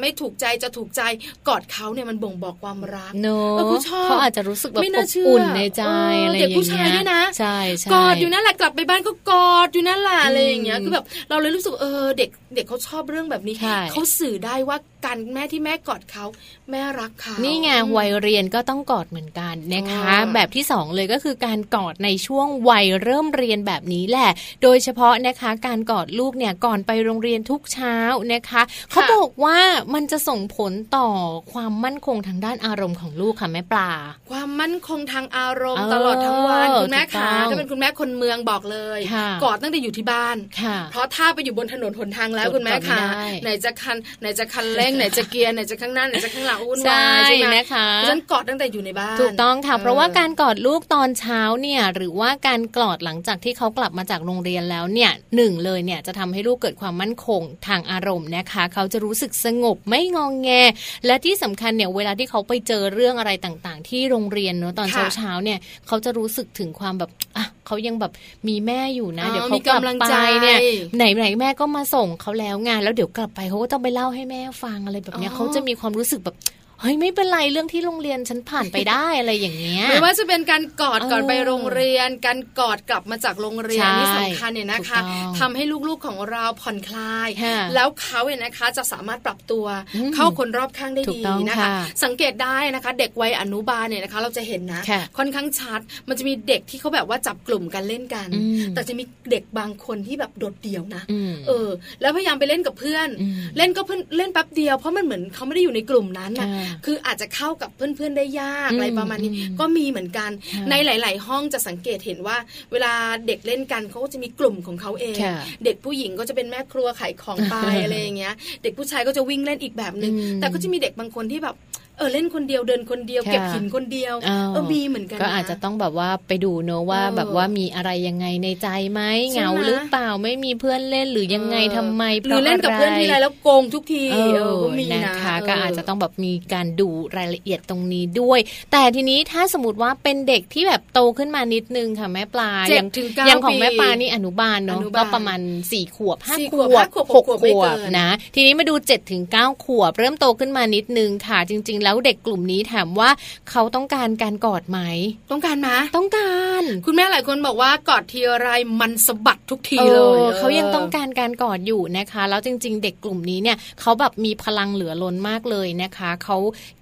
[SPEAKER 3] ไม่ถูกใจจะถูกใจกอดเขาเนี่ยมันบ่งบอกความรัก
[SPEAKER 2] เนอะ
[SPEAKER 3] เออกูชอบ
[SPEAKER 2] เขาอาจจะรู้สึกแบบ
[SPEAKER 3] ไม่
[SPEAKER 2] อ
[SPEAKER 3] น่า
[SPEAKER 2] บ
[SPEAKER 3] เชื่อ
[SPEAKER 2] อุ่นในใจ
[SPEAKER 3] เอออ
[SPEAKER 2] อะไรอ
[SPEAKER 3] เด็
[SPEAKER 2] ย่าก ง
[SPEAKER 3] ผู้
[SPEAKER 2] เงี้ย
[SPEAKER 3] ชายด้วยนะ
[SPEAKER 2] ใช่ใช่
[SPEAKER 3] กอดอยู่นั่นแหละกลับไปบ้านก็กอดอยู่นั่นแหละอะไรอย่างเงี้ย
[SPEAKER 2] อืม
[SPEAKER 3] คือแบบเราเลยรู้สึกเออเด็กเด็กเขาชอบเรื่องแบบนี้
[SPEAKER 2] ใช่
[SPEAKER 3] เขาสื่อได้ว่าการแม่ที่แม่กอดเขาแม่รักเขา
[SPEAKER 2] นี่ไง
[SPEAKER 3] อืม
[SPEAKER 2] วัยเรียนก็ต้องกอดเหมือนกันนะคะ
[SPEAKER 3] อ๋อ
[SPEAKER 2] แบบที่สองเลยก็คือการกอดในช่วงวัยเริ่มเรียนแบบนี้แหละ โดยเฉพาะนะคะ การกอดลูกเนี่ยก่อนไปโรงเรียนทุกเช้านะคะเขาบอกว่ามันจะส่งผลต่อความมั่นคงทางด้านอารมณ์ของลูกค่ะแม่ปลา
[SPEAKER 3] ความมั่นคงทางอารม
[SPEAKER 2] เอ
[SPEAKER 3] ณ์
[SPEAKER 2] อ
[SPEAKER 3] ตลอดทั้งวันคุณแม่
[SPEAKER 2] ถูกต้
[SPEAKER 3] ขา
[SPEAKER 2] อง
[SPEAKER 3] ถ้าเป็นคุณแม่คนเมืองบอกเลย
[SPEAKER 2] ค่ะ
[SPEAKER 3] กอดตั้งแต่อยู่ที่บ้าน
[SPEAKER 2] ค่ะ
[SPEAKER 3] เพราะถ้าไปอยู่บนถนนหนทางแล้ว
[SPEAKER 2] กด
[SPEAKER 3] คุณแม่
[SPEAKER 2] กอดไม่
[SPEAKER 3] ค่ะ
[SPEAKER 2] ได้
[SPEAKER 3] ไหนจะคันไหนจะคันเร่ ง ไหนจะเกียร์ไหนจะข้างหน้าไหนจะข้างหลังวุ่นวายใช่ไหม
[SPEAKER 2] นะคะ
[SPEAKER 3] เพราะฉะนันกอดตั้งแต่อยู่ในบ้าน
[SPEAKER 2] ถูกต้องค่ะ
[SPEAKER 3] เออ
[SPEAKER 2] เพราะว่าการกอดลูกตอนเช้าเนี่ยหรือว่าการกอดหลังจากที่เขากลับมาจากโรงเรียนแล้วเนี่ยหนึ่งเลยเนี่ยจะทำให้ลูกเกิดความมั่นคงทางอารมณ์นะคะ เขาจะรู้สึกสงบไม่งองแง และที่สำคัญเนี่ยเวลาที่เขาไปเจอเรื่องอะไรต่างๆ ที่โรงเรียนเนอะตอน
[SPEAKER 3] ค่ะ
[SPEAKER 2] เช้าๆเนี่ยเขาจะรู้สึกถึงความแบบอ่ะข เขายังแบบมีแม่อยู่นะ
[SPEAKER 3] อ๋อ
[SPEAKER 2] เดี๋ยวเขากลับ
[SPEAKER 3] มีกำลัง
[SPEAKER 2] ไป
[SPEAKER 3] ใจ
[SPEAKER 2] เนี่ยไหนไหนแม่ก็มาส่งเขาแล้วไงแล้วเดี๋ยวกลับไปเขาก็ต้องไปเล่าให้แม่ฟังอะไรแบบเนี้ยเขาจะมีความรู้สึกแบบเฮ้ยไม่เป็นไรเรื่องที่โรงเรียนฉันผ่านไปได้อะไรอย่างเงี้ย
[SPEAKER 3] ไม่ว่าจะเป็นการกอด
[SPEAKER 2] เออ
[SPEAKER 3] ก่อนไปโรงเรียน การกอดกลับมาจากโรงเรียน
[SPEAKER 2] ใช่
[SPEAKER 3] นี่สำคัญเนี่ยนะคะ
[SPEAKER 2] ถูกต้อง
[SPEAKER 3] ทำให้ลูกๆของเราผ่อนคลาย
[SPEAKER 2] ค่ะ
[SPEAKER 3] แล้วเขาเนี่ยนะคะจะสามารถปรับตัว
[SPEAKER 2] อืม
[SPEAKER 3] เข้าคนรอบข้างได้
[SPEAKER 2] ถู
[SPEAKER 3] ดี
[SPEAKER 2] กต้อง
[SPEAKER 3] นะคะ
[SPEAKER 2] ค่ะ
[SPEAKER 3] สังเกตได้นะคะ เด็กวัยอนุบาลเนี่ยนะคะ เราจะเห็นนะ
[SPEAKER 2] ค่ะ
[SPEAKER 3] ค่อนข้างชัด มันจะมีเด็กที่เขาแบบว่าจับกลุ่มกันเล่นกัน
[SPEAKER 2] อืม
[SPEAKER 3] แต่จะมีเด็กบางคนที่แบบโดดเดี่ยวนะ
[SPEAKER 2] ม
[SPEAKER 3] เออแล้วพยายามไปเล่นกับเพื่อน
[SPEAKER 2] อืม
[SPEAKER 3] เล่นก็เพื่อนเล่นแป๊บเดียวเพราะมันเหมือนเขาไม่ได้อยู่ในกลุ่มนั้นน่ะ
[SPEAKER 2] อ่า
[SPEAKER 3] คืออาจจะเข้ากับเพื่อนๆได้ยาก
[SPEAKER 2] อืม
[SPEAKER 3] อะไรประมาณนี้
[SPEAKER 2] อืม
[SPEAKER 3] ก็มีเหมือนกัน
[SPEAKER 2] ค่ะ
[SPEAKER 3] ในหลาย ๆ ห้องจะสังเกตเห็นว่า เวลาเด็กเล่นกันเขาก็จะมีกลุ่มของเขาเอง
[SPEAKER 2] ค่ะ
[SPEAKER 3] เด็กผู้หญิงก็จะเป็นแม่ครัวขายของ ไป อะไรอย่างเงี้ย เด็กผู้ชายก็จะวิ่งเล่นอีกแบบหนึ
[SPEAKER 2] อื
[SPEAKER 3] ง่
[SPEAKER 2] ม
[SPEAKER 3] งแต่ก็จะมีเด็กบางคนที่แบบเออเล่นคนเดียวเดินคนเดียว
[SPEAKER 2] ค่ะ
[SPEAKER 3] เก็บหินคนเดียว
[SPEAKER 2] อ้าว
[SPEAKER 3] เออมีเหมือนกัน
[SPEAKER 2] ก็
[SPEAKER 3] น
[SPEAKER 2] อาจจะต้องแบบว่าไปดูเนอะว่า
[SPEAKER 3] เออ
[SPEAKER 2] แบบว่ามีอะไรยังไงในใจไหม
[SPEAKER 3] ใช่ไหม
[SPEAKER 2] เหงาหรือเปล่าไม่มีเพื่อนเล่นหรือยังไงทำไม
[SPEAKER 3] หรือเล่นกับเพื่อนทีไรแล้วโกงทุกที
[SPEAKER 2] เอ
[SPEAKER 3] เออ
[SPEAKER 2] อ
[SPEAKER 3] ก็มี
[SPEAKER 2] นะ
[SPEAKER 3] นะคะ เ
[SPEAKER 2] ก็อาจจะต้องแบบมีการดูรายละเอียดตรงนี้ด้วย แต่ทีนี้ถ้าสมมติว่าเป็นเด็กที่แบบโตขึ้นมานิดนึงค่ะแม่ปลา
[SPEAKER 3] เจ็
[SPEAKER 2] อ
[SPEAKER 3] ด
[SPEAKER 2] ย่าง
[SPEAKER 3] ถึงเก้า
[SPEAKER 2] อย่างของแม่
[SPEAKER 3] ปี
[SPEAKER 2] ปลานี่อนุบาลเนอะ
[SPEAKER 3] อนุบาล
[SPEAKER 2] ก็ประมาณสี่ขวบห้า
[SPEAKER 3] สี่
[SPEAKER 2] ข
[SPEAKER 3] ข
[SPEAKER 2] ว
[SPEAKER 3] ว
[SPEAKER 2] บบ
[SPEAKER 3] ห้าขวบ
[SPEAKER 2] ห
[SPEAKER 3] ห
[SPEAKER 2] ก
[SPEAKER 3] ก
[SPEAKER 2] ข
[SPEAKER 3] ข
[SPEAKER 2] ว
[SPEAKER 3] วบไม่เกิ
[SPEAKER 2] บ
[SPEAKER 3] น
[SPEAKER 2] นะ ทีนี้มาดู7จ็ถึงเขวบ เริ่มโตขึ้นมานิดนึงค่ะ จริง ๆ แล้วเด็กกลุ่มนี้ถามว่าเขาต้องการการกอดไหม
[SPEAKER 3] ต้องการไหม
[SPEAKER 2] ต้องการ
[SPEAKER 3] คุณแม่หลายคนบอกว่ากอดทีไรมันสะบัดทุกที
[SPEAKER 2] เอ
[SPEAKER 3] เล
[SPEAKER 2] อย เขายังต้องการการกอดอยู่นะคะ แล้วจริง ๆ เด็กกลุ่มนี้เนี่ยเขาแบบมีพลังเหลือล้นมากเลยนะคะ เขา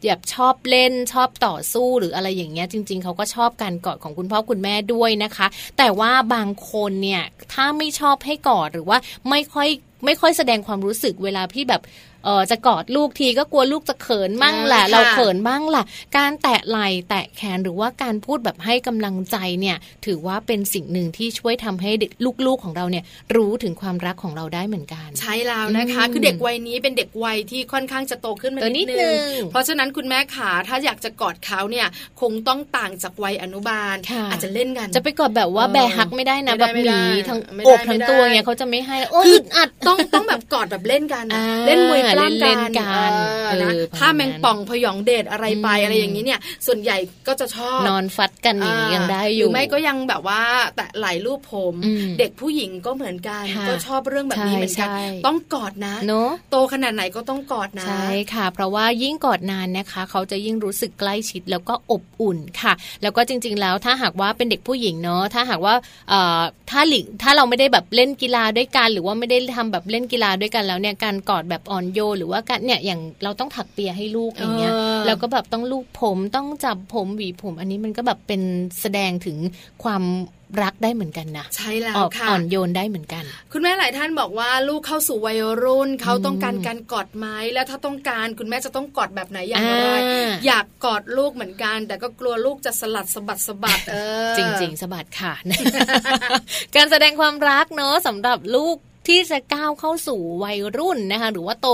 [SPEAKER 2] แบบชอบเล่นชอบต่อสู้หรืออะไรอย่างเงี้ยจริง ๆเขาก็ชอบการกอดของคุณพ่อคุณแม่ด้วยนะคะ แต่ว่าบางคนเนี่ยถ้าไม่ชอบให้กอดหรือว่าไม่ค่อยไม่ค่อยแสดงความรู้สึกเวลาที่แบบเออจะกอดลูกทีก็กลัวลูกจะเขินมั่งแหละเราเขิน เขินบ้างล่ะการแตะไหล่แตะแขนหรือว่าการพูดแบบให้กำลังใจเนี่ย ถือว่าเป็นสิ่งหนึ่งที่ช่วยทำให้เด็กลูกๆของเราเนี่ย รู้ถึงความรักของเราได้เหมือนกัน
[SPEAKER 3] ใช่แล้วนะคะ
[SPEAKER 2] อืม
[SPEAKER 3] คือเด็กวัยนี้เป็นเด็กวัยที่ค่อนข้างจะโตขึ้นมา
[SPEAKER 2] เออนิ
[SPEAKER 3] นิ
[SPEAKER 2] ด
[SPEAKER 3] ด
[SPEAKER 2] นึ
[SPEAKER 3] นึ
[SPEAKER 2] ง
[SPEAKER 3] งเพราะฉะนั้นคุณแม่ขาถ้าอยากจะกอดเขาเนี่ยคงต้องต่างจากวัยอนุบาล
[SPEAKER 2] ค่ะ
[SPEAKER 3] อาจจะเล่นกัน
[SPEAKER 2] จะไปกอดแบบว่า
[SPEAKER 3] เออ
[SPEAKER 2] แบฮักไม่ได้นะ
[SPEAKER 3] ไม่
[SPEAKER 2] แบ
[SPEAKER 3] ได้
[SPEAKER 2] บ
[SPEAKER 3] ไม่
[SPEAKER 2] ห
[SPEAKER 3] ได้
[SPEAKER 2] มีทั้ง
[SPEAKER 3] ไม่ได้
[SPEAKER 2] อกทั้งตัว
[SPEAKER 3] ไม่ได้
[SPEAKER 2] เนี่ยเขาจะไม่ให้โอ้ย
[SPEAKER 3] คือ
[SPEAKER 2] ดอัด
[SPEAKER 3] ต้องต้องแบบกอดแบบเล่นกัน
[SPEAKER 2] อ่า
[SPEAKER 3] เล่นมวยปล้ำ
[SPEAKER 2] เล่
[SPEAKER 3] กัน
[SPEAKER 2] นๆกัน
[SPEAKER 3] เออนะ
[SPEAKER 2] เออประมาณ
[SPEAKER 3] ถ้าแมงป่องพยองเดทอะไรไป
[SPEAKER 2] อืม
[SPEAKER 3] อะไรอย่างนี้เนี่ย ส่วนใหญ่ก็จะชอบ
[SPEAKER 2] นอนฟัดกันหนีกันได้อยู่
[SPEAKER 3] หรือไม่ก็ยังแบบว่าแตะไหลรูปผม
[SPEAKER 2] อืม
[SPEAKER 3] เด็กผู้หญิงก็เหมือนกัน
[SPEAKER 2] ค่ะ
[SPEAKER 3] ก็ชอบเรื่องแบบนี้เหมือนกัน
[SPEAKER 2] ใช่ใช่
[SPEAKER 3] ต้องกอดนะ
[SPEAKER 2] เนาะ
[SPEAKER 3] โตขนาดไหนก็ต้องกอดนะ
[SPEAKER 2] ใช่ค่ะ เพราะว่ายิ่งกอดนานนะคะ เขาจะยิ่งรู้สึกใกล้ชิดแล้วก็อบอุ่นค่ะ แล้วก็จริง ๆ แล้วถ้าหากว่าเป็นเด็กผู้หญิงเนาะถ้าหากว่าเอ่อถ้าหลิงถ้าเราไม่ได้แบบเล่นกีฬาด้วยกัน หรือว่าไม่ได้ทำแบบเล่นกีฬาด้วยกันแล้วเนี่ยการกอดแบบอ่อนโยนหรือว่าการเนี่ยอย่างเราต้องถักเปียให้ลูกอย่างเงี้ย
[SPEAKER 3] เออ
[SPEAKER 2] แล้วก็แบบต้องลูกผมต้องจับผมหวีผม อันนี้มันก็แบบเป็นแสดงถึงความรักได้เหมือนกันนะ
[SPEAKER 3] ใช่แล้
[SPEAKER 2] อ
[SPEAKER 3] ว
[SPEAKER 2] อก
[SPEAKER 3] ค่ะ
[SPEAKER 2] อ่อนโยนได้เหมือนกัน
[SPEAKER 3] คุณแม่หลายท่านบอกว่าลูกเข้าสู่วัยรุ่น เขาต้องการการกอดไหมแล้วถ้าต้องการคุณแม่จะต้องกอดแบบไหนอย่างไร
[SPEAKER 2] อ่า
[SPEAKER 3] อยากกอดลูกเหมือนกัน แต่ก็กลัวลูกจะสลัดสะบัดสะบัดเออ
[SPEAKER 2] จริงๆสะบัดค่ะ การแสดงความรักเนอะสำหรับลูกที่จะก้าวเข้าสู่วัยรุ่นนะคะ หรือว่าโต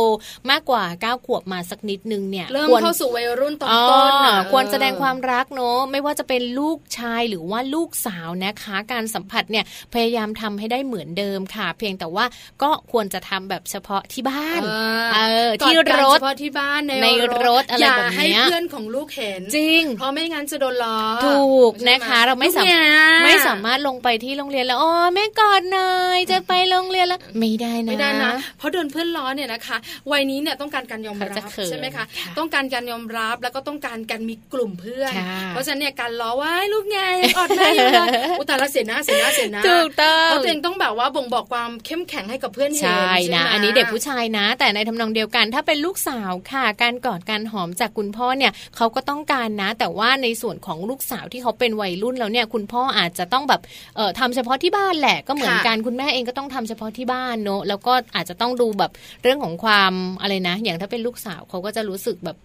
[SPEAKER 2] มากกว่า 9 ขวบมาสักนิดนึงเนี่ย
[SPEAKER 3] เริ่ม
[SPEAKER 2] คว
[SPEAKER 3] เข้าสู่วัยรุ่นตอนต้น
[SPEAKER 2] อ่า
[SPEAKER 3] น่ะ
[SPEAKER 2] ควรแสดงความรักเนอะไม่ว่าจะเป็นลูกชายหรือว่าลูกสาวนะคะ การสัมผัสเนี่ยพยายามทำให้ได้เหมือนเดิมค่ะ เพียงแต่ว่าก็ควรจะทำแบบเฉพาะที่บ้าน
[SPEAKER 3] เออ
[SPEAKER 2] เออก
[SPEAKER 3] อด
[SPEAKER 2] ที่
[SPEAKER 3] กัน
[SPEAKER 2] ร
[SPEAKER 3] เฉ
[SPEAKER 2] ถ
[SPEAKER 3] พาะที่บ้านใน
[SPEAKER 2] ในรถอะไร
[SPEAKER 3] ย่า
[SPEAKER 2] แบบเนี้ย
[SPEAKER 3] ให้เพื่อนของลูกเห็น
[SPEAKER 2] จริง
[SPEAKER 3] เพราะไม่งั้นจะโดนล้อ
[SPEAKER 2] ถูกนะคะเราไม่สา
[SPEAKER 3] ลูก
[SPEAKER 2] มารถ
[SPEAKER 3] เนี่ย
[SPEAKER 2] ไม่สามารถลงไปที่โรงเรียนแล้วอ๋อแม่กอดหน่อยจะไปโรงเรียนแล้ว ไม่ได้นะ
[SPEAKER 3] ไม่ได้นะ เพราะโดนเพื่อนล้อเนี่ยนะคะ วัยนี้เนี่ยต้องการการยอม
[SPEAKER 2] เขา
[SPEAKER 3] รั
[SPEAKER 2] จะ
[SPEAKER 3] บ
[SPEAKER 2] เขิน
[SPEAKER 3] ใช่ไหมคะ
[SPEAKER 2] ค่ะ
[SPEAKER 3] ต้องการการยอมรับแล้วก็ต้องการการมีกลุ่มเพื่อน
[SPEAKER 2] ค่ะ
[SPEAKER 3] เพราะฉะนั้นเนี่ยการล้อว่าลูกไงยังอดแม่อยู่ เลยอุยตายละเสียหน้าเสียหน้าเสียหน้า
[SPEAKER 2] ถูกต้อง
[SPEAKER 3] เพราะตัวเองต้องแบบว่าบ่งบอกความเข้มแข็งให้กับเพื่อนเห็น
[SPEAKER 2] ใช่นะ
[SPEAKER 3] ไหม
[SPEAKER 2] อันนี้เด็กผู้ชายนะ แต่ในทำนองเดียวกัน ถ้าเป็นลูกสาวค่ะ การกอดการหอมจากคุณพ่อเนี่ยเขาก็ต้องการนะ แต่ว่าในส่วนของลูกสาวที่เขาเป็นวัยรุ่นแล้วเนี่ย คุณพ่ออาจจะต้องแบบเอ่อทำเฉพาะที่บ้านแหละก็เหมือนกันคุณแม่เองก็ต้องทำเฉพาะที่บ้านเนอะแล้วก็อาจจะต้องดูแบบเรื่องของความอะไรนะ อย่างถ้าเป็นลูกสาวเขาก็จะรู้สึกแบบ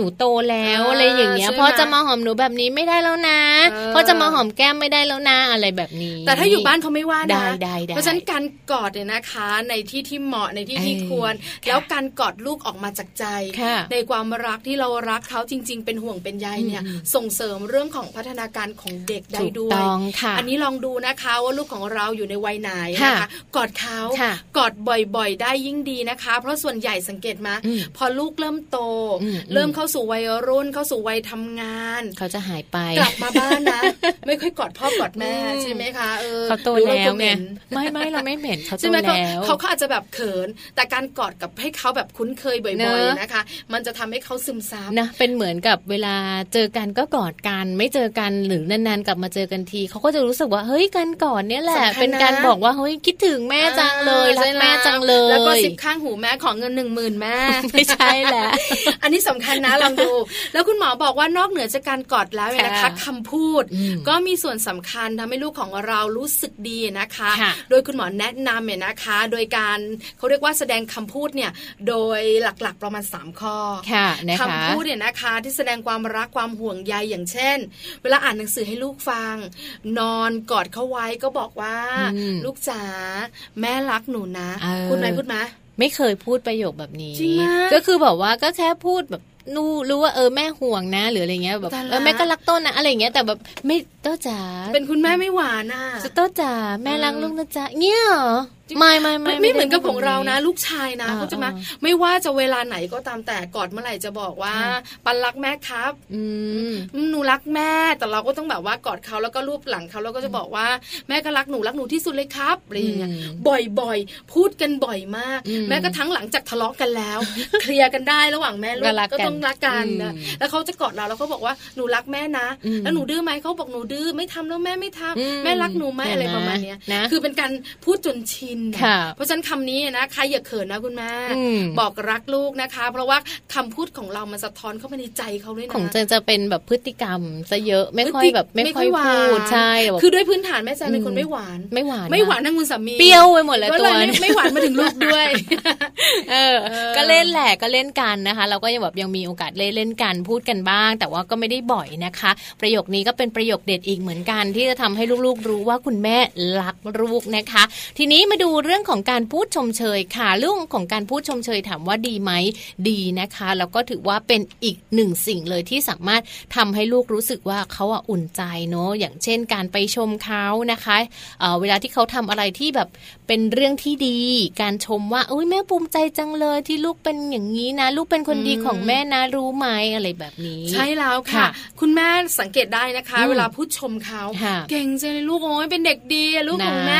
[SPEAKER 2] หนูโตแล้ว
[SPEAKER 3] อ่า
[SPEAKER 2] อะไรอย่างเงี้ย
[SPEAKER 3] ใช่ไหม
[SPEAKER 2] พ่อจะมาหอมหนูแบบนี้ไม่ได้แล้วนะ
[SPEAKER 3] เออ
[SPEAKER 2] พ่อจะมาหอมแก้มไม่ได้แล้วนะอะไรแบบนี้
[SPEAKER 3] แต่ถ้าอยู่บ้านเขาไม่ว่านะ
[SPEAKER 2] ได้ได้ได้
[SPEAKER 3] เพราะฉะนั้นการกอดเนี่ยนะคะในที่ที่เหมาะในที่ที่
[SPEAKER 2] เออ
[SPEAKER 3] ควร แล้วการกอดลูกออกมาจากใจ
[SPEAKER 2] ค่ะ
[SPEAKER 3] ในความรักที่เรารักเขาจริง ๆ เป็นห่วงเป็นใยเนี่ย
[SPEAKER 2] อืม
[SPEAKER 3] ส่งเสริมเรื่องของพัฒนาการของเด็กได้
[SPEAKER 2] ถูก
[SPEAKER 3] ด้วย
[SPEAKER 2] ต้องค่ะ
[SPEAKER 3] อันนี้ลองดูนะคะว่าลูกของเราอยู่ในวัยไหนนะคะ
[SPEAKER 2] ค่ะ
[SPEAKER 3] กอดเขา
[SPEAKER 2] ค่ะ
[SPEAKER 3] กอดบ่อยๆ ได้ยิ่งดีนะคะ เพราะส่วนใหญ่สังเกตมา
[SPEAKER 2] อืม
[SPEAKER 3] พอลูกเริ่มโต
[SPEAKER 2] อืม
[SPEAKER 3] เริ่มเข้า สู่วัยรุ่น เข้าสู่วัยทำงาน
[SPEAKER 2] เขาจะหายไป
[SPEAKER 3] กลับมาบ้าน นะ ไม่ค่อยกอดพ่อกอดแม่
[SPEAKER 2] อืม
[SPEAKER 3] ใช่ไหมคะ เออ
[SPEAKER 2] เขาโต
[SPEAKER 3] รู้
[SPEAKER 2] แล้ว
[SPEAKER 3] คุณ
[SPEAKER 2] ไง
[SPEAKER 3] เห็น
[SPEAKER 2] ไม่ไม่เราไม่เหม็นเขาโต
[SPEAKER 3] ใช่ไหมเขา
[SPEAKER 2] แล้ว
[SPEAKER 3] เขาก็อาจจะแบบเขิน แต่การกอดกับให้เขาแบบคุ้นเคยบ่
[SPEAKER 2] เน
[SPEAKER 3] อย
[SPEAKER 2] อะ
[SPEAKER 3] ๆนะคะ มันจะทำให้เขาซึมซับ
[SPEAKER 2] นะเป็นเหมือนกับเวลาเจอกันก็กอดกัน ไม่เจอกันหรือนานๆกลับมาเจอกันทีเขาก็จะรู้สึกว่าเฮ้ยกันก่อนเนี่ยแหละ
[SPEAKER 3] สำคัญนะ
[SPEAKER 2] เป็นการบอกว่าเฮ้ยคิดถึงแม่จังเลยรัก
[SPEAKER 3] ใช่
[SPEAKER 2] แม่จังเล
[SPEAKER 3] แล้วก็
[SPEAKER 2] ย
[SPEAKER 3] สิบข้างหูแม่ของเงินหนึ่งหมื่นแม่
[SPEAKER 2] ไม่ใช่แหละ
[SPEAKER 3] อันนี้สำคัญนะลองดู แล้วคุณหมอบอกว่านอกเหนือจากการกอดแล้วเนี่ยนะคะ
[SPEAKER 2] ค่ะ
[SPEAKER 3] คำพูด
[SPEAKER 2] อืม
[SPEAKER 3] ก็มีส่วนสำคัญทำให้ลูกของเรารู้สึกดีนะคะ
[SPEAKER 2] ค่ะ
[SPEAKER 3] โดยคุณหมอแนะนำเนี่ยนะคะ โดยการเขาเรียกว่าแสดงคำพูดเนี่ยโดยหลักๆประมาณ 3 ข้อ
[SPEAKER 2] ค่ะนะคะ
[SPEAKER 3] พูดเนี่ยนะคะ ที่แสดงความรักความห่วงใยอย่างเช่น เวลาอ่านหนังสือให้ลูกฟัง นอนกอดเขาไว้ก็บอกว่า
[SPEAKER 2] อืม
[SPEAKER 3] ลูกจ๋าแม่รักหนูนะ
[SPEAKER 2] เออ
[SPEAKER 3] พูดไหมพูดไหม
[SPEAKER 2] ไม่เคยพูดประโยคแบบนี้
[SPEAKER 3] จริงไหม
[SPEAKER 2] ก็คือแบบว่าก็แค่พูดแบบนู่รู้ว่าเออแม่ห่วงนะหรืออะไรเงี้ยแบบ
[SPEAKER 3] ตายละ
[SPEAKER 2] เออแม่ก็รักต้นนะอะไรเงี้ยแต่แบบไม่โต้จ๋า
[SPEAKER 3] เป็นคุณแม่ไม่หวานอ่ะ
[SPEAKER 2] จะโต้จ๋าแม่รักลูกนะจ๊ะเงี้ยเหรอไม่ไม่ไม่
[SPEAKER 3] ไม่ไม่เหมือนกับ
[SPEAKER 2] ด้
[SPEAKER 3] ข
[SPEAKER 2] พูด
[SPEAKER 3] อง
[SPEAKER 2] แบบ
[SPEAKER 3] เรานะ ลูกชายนะ
[SPEAKER 2] อ่า
[SPEAKER 3] เขาจะมา
[SPEAKER 2] อ่า
[SPEAKER 3] ไม่ว่าจะเวลาไหนก็ตามแต่กอดเมื่อไหร่จะบอกว่า ปันรักแม่ครับ
[SPEAKER 2] อืม
[SPEAKER 3] อืมหนูรักแม่ แต่เราก็ต้องแบบว่ากอดเขาแล้วก็รูปหลังเขาแล้วก็จะบอกว่าแม่ก็รักหนูรักหนูที่สุดเลยครับอะไรอย่างเงี้ย
[SPEAKER 2] อื
[SPEAKER 3] บ่อยๆ พูดกันบ่อยมาก
[SPEAKER 2] อืม
[SPEAKER 3] แม้กระทั่งหลังจากทะเลาะกันแล้ว เคลียร์กันได้ระหว่างแม่ลู
[SPEAKER 2] ก็
[SPEAKER 3] ก
[SPEAKER 2] รักกัน
[SPEAKER 3] ก็ต้องรักกันนะ
[SPEAKER 2] อืม
[SPEAKER 3] แล้วเขาจะกอดเราแล้วเขาบอกว่าหนูรักแม่นะ
[SPEAKER 2] อืม
[SPEAKER 3] แล้วหนูดื้อไหมเขาบอกหนูดื้อไม่ทำแล้วแม่ไม่ทำ
[SPEAKER 2] อื
[SPEAKER 3] แม่รักหนูไหมอะไรประมาณเนี้ย
[SPEAKER 2] นะ
[SPEAKER 3] คือเป็นการพูดจนชินน่ะ
[SPEAKER 2] ค่ะ
[SPEAKER 3] เพราะฉะนั้นคำนี้นะใครอย่าเขินนะคุณแม่
[SPEAKER 2] อืม
[SPEAKER 3] บอกรักลูกนะคะ เพราะว่าคำพูดของเรามันสะท้อนเข้าไปในใจเขาด้วยนะ
[SPEAKER 2] ของเจนจะเป็นแบบพฤติกรรมซะเยอะไม่ค่อยแบบไม่ค่อย
[SPEAKER 3] หวาน
[SPEAKER 2] พูดใช่แบบ
[SPEAKER 3] คือด้วยพื้นฐานแม่แจงเป็นคนไม่หวาน
[SPEAKER 2] ไม่หวาน
[SPEAKER 3] ไม่หวานะ ทั้งคุณสามี
[SPEAKER 2] เปรี้ยวไปหมดเลย
[SPEAKER 3] ก็
[SPEAKER 2] ตั
[SPEAKER 3] เล
[SPEAKER 2] วย
[SPEAKER 3] ไม่
[SPEAKER 2] เนี่ย
[SPEAKER 3] ไม่หวานมาถึงลูกด้วย
[SPEAKER 2] เออ ก็เล่นแหละก็เล่นกันนะคะ เราก็ยังแบบยังมีโอกาสเล่นเล่นกันพูดกันบ้าง แต่ว่าก็ไม่ได้บ่อยนะคะ ประโยคนี้ก็เป็นประโยคเด็ดอีกเหมือนกัน ที่จะทำให้ลูกๆ รู้ว่าคุณแม่รักลูกนะคะ ทีนี้มาดูเรื่องของการพูดชมเชยค่ะเรื่องของการพูดชมเชยถามว่าดีไหมดีนะคะแล้วก็ถือว่าเป็นอีกหนึ่งสิ่งเลยที่สามารถทำให้ลูกรู้สึกว่าเขาอะอุ่นใจเนอะอย่างเช่น การไปชมเขานะคะเอ่อเวลาที่เขาทำอะไรที่แบบเป็นเรื่องที่ดี การชมว่าอุ้ยแม่ภูมิใจจังเลยที่ลูกเป็นอย่างนี้นะ ลูกเป็นคนดีของแม่นะรู้ไหมอะไรแบบนี้
[SPEAKER 3] ใช่แล้วค่ะ
[SPEAKER 2] ค่ะ
[SPEAKER 3] คุณแม่สังเกตได้นะคะ
[SPEAKER 2] อืม
[SPEAKER 3] เวลาพูดชมเขา
[SPEAKER 2] ค่ะ
[SPEAKER 3] เก่งจังเลยลูกโอ้ยเป็นเด็กดีอะลูกของ
[SPEAKER 2] นะ
[SPEAKER 3] แม่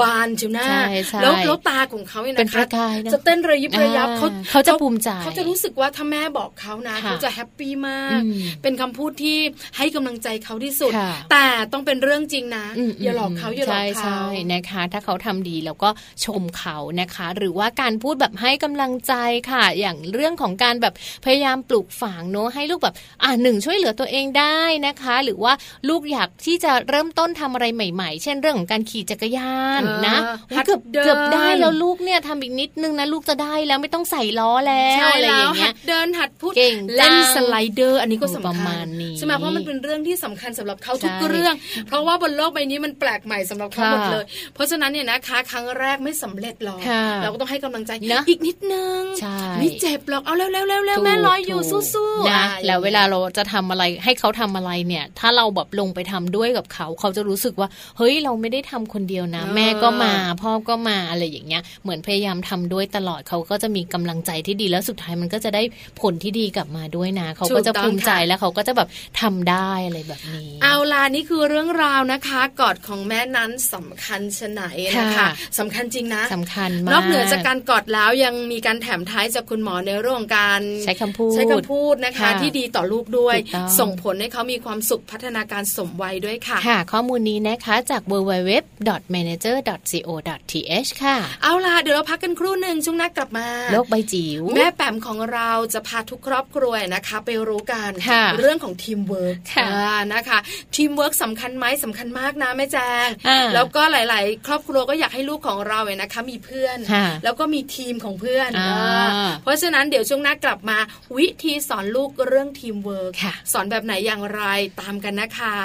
[SPEAKER 3] บานเชียวหน้า
[SPEAKER 2] ใช่ใช่
[SPEAKER 3] แล้วแล้วตาของเขาเนี่ย
[SPEAKER 2] เป็น
[SPEAKER 3] นะ
[SPEAKER 2] ป
[SPEAKER 3] คะ
[SPEAKER 2] ระกายนะ
[SPEAKER 3] จะเต้นระยิบระยับ
[SPEAKER 2] อ่า
[SPEAKER 3] เขา
[SPEAKER 2] เขาจะภูมิใจ
[SPEAKER 3] เขาจะรู้สึกว่าถ้าแม่บอกเขานะ
[SPEAKER 2] ค่ะ
[SPEAKER 3] เขาจะแฮปปี้มาก
[SPEAKER 2] อืม
[SPEAKER 3] เป็นคำพูดที่ให้กำลังใจเขาที่สุด
[SPEAKER 2] ค่ะ
[SPEAKER 3] แต่ต้องเป็นเรื่องจริงนะ
[SPEAKER 2] ม
[SPEAKER 3] อย่าหลอกเขาอย่าหลอกเขา
[SPEAKER 2] ใช่ใช่นะคะ ถ้าเขาทำดีเราก็ชมเขานะคะ หรือว่าการพูดแบบให้กำลังใจค่ะ อย่างเรื่องของการแบบพยายามปลูกฝังเนอะให้ลูกแบบอ่าหนึ่งช่วยเหลือตัวเองได้นะคะ หรือว่าลูกอยากที่จะเริ่มต้นทำอะไรใหม่ ๆ เช่นเรื่องของการขี่จักรยาน
[SPEAKER 3] เออ
[SPEAKER 2] นะ
[SPEAKER 3] หัด
[SPEAKER 2] เกือบ
[SPEAKER 3] เดิน
[SPEAKER 2] เกือบได้แล้วลูกเนี่ยทำอีกนิดนึงนะลูกจะได้แล้วไม่ต้องใส่ล้อแล้ว
[SPEAKER 3] ใช่
[SPEAKER 2] อะไรอ
[SPEAKER 3] แล้ว
[SPEAKER 2] ย่าง
[SPEAKER 3] หั
[SPEAKER 2] เงี้
[SPEAKER 3] ด
[SPEAKER 2] ย
[SPEAKER 3] เดินหัดพูด
[SPEAKER 2] เก่ง
[SPEAKER 3] เล่น
[SPEAKER 2] จัง
[SPEAKER 3] สไลเดอร์ อันนี้ก็
[SPEAKER 2] โอ้
[SPEAKER 3] สำ
[SPEAKER 2] ประ
[SPEAKER 3] คั
[SPEAKER 2] มา
[SPEAKER 3] ญ
[SPEAKER 2] ณนี้
[SPEAKER 3] ใช่ไหมเพราะมันเป็นเรื่องที่สำคัญสำหรับเขาทุก
[SPEAKER 2] ใช่
[SPEAKER 3] เรื่อง เพราะว่าบนโลกใบนี้มันแปลกใหม่สำหรับเขา
[SPEAKER 2] ค่ะ
[SPEAKER 3] หมดเลย เพราะฉะนั้นเนี่ยนะคะ ครั้งแรกไม่สำเร็จหรอก
[SPEAKER 2] ค่ะ
[SPEAKER 3] เราก็ต้องให้กำลังใจ
[SPEAKER 2] นะ
[SPEAKER 3] อีกนิดนึง
[SPEAKER 2] ใช่
[SPEAKER 3] ไม่เจ็บหรอกเอาเร็วๆเร็วๆแม่รออยู่
[SPEAKER 2] ถู
[SPEAKER 3] สู้
[SPEAKER 2] ก
[SPEAKER 3] ๆอ่
[SPEAKER 2] นะ
[SPEAKER 3] อย่าง
[SPEAKER 2] แล้วเวลา
[SPEAKER 3] เงี้ย
[SPEAKER 2] เราจะทำอะไรให้เขาทำอะไรเนี่ย ถ้าเราแบบลงไปทำด้วยกับเขา เขาจะรู้สึกว่า เฮ้ยเราไม่ได้ทำคนเดียวนะ
[SPEAKER 3] เออ
[SPEAKER 2] แม่ก็มาพ่อก็มาอะไรอย่างเงี้ย เหมือนพยายามทำด้วยตลอดเขาก็จะมีกำลังใจที่ดีแล้วสุดท้ายมันก็จะได้ผลที่ดีกลับมาด้วยนะ เขาก็จะภูมิใจแล้วเขาก็จะแบบทำได้อะไรแบบนี้
[SPEAKER 3] เอาล่ะนี่คือเรื่องราวนะคะกอดของแม่นั้นสำคัญชะไหนนะคะ
[SPEAKER 2] ค่ะ
[SPEAKER 3] สำคัญจริงนะ
[SPEAKER 2] สำคัญมาก
[SPEAKER 3] นอกเหนือจากการกอดแล้วยังมีการแถมท้ายจากคุณหมอในเรื่องของการ
[SPEAKER 2] ใช้คำพูด
[SPEAKER 3] ใช้คำพูดนะคะ
[SPEAKER 2] ค่ะ
[SPEAKER 3] ที่ดีต่อลูกด้วย
[SPEAKER 2] ถูกต้อง
[SPEAKER 3] ส่งผลให้เขามีความสุขพัฒนาการสมวัยด้วยค่ะ
[SPEAKER 2] ค่ะ ข้อมูลนี้นะคะจาก www.manager.co.th ค่ะ
[SPEAKER 3] เอาล่ะเดี๋ยวเราพักกันครู่หนึ่งช่วงหน้ากลับมา
[SPEAKER 2] โลกใบจิ๋ว
[SPEAKER 3] แม่แปมของเราจะพาทุกครอบครัวนะคะ ไปรู้กัน
[SPEAKER 2] ค่ะ
[SPEAKER 3] เรื่องของทีมเวิร์ก
[SPEAKER 2] ค่ะ
[SPEAKER 3] นะคะทีมเวิร์กสำคัญไหมสำคัญมากนะแม่แจง
[SPEAKER 2] อ่า
[SPEAKER 3] แล้วก็หลาย ๆ ครอบครัวก็อยากให้ลูกของเราเนี่ยนะคะ มีเพื่อน
[SPEAKER 2] ค่ะ
[SPEAKER 3] แล้วก็มีทีมของเพื่อน
[SPEAKER 2] อ่า
[SPEAKER 3] เออเพราะฉะนั้นเดี๋ยวช่วงหน้ากลับมา วิธีสอนลูกเรื่องทีมเวิร์ก
[SPEAKER 2] ค่ะ
[SPEAKER 3] สอนแบบไหนอย่างไรตามกันนะคะ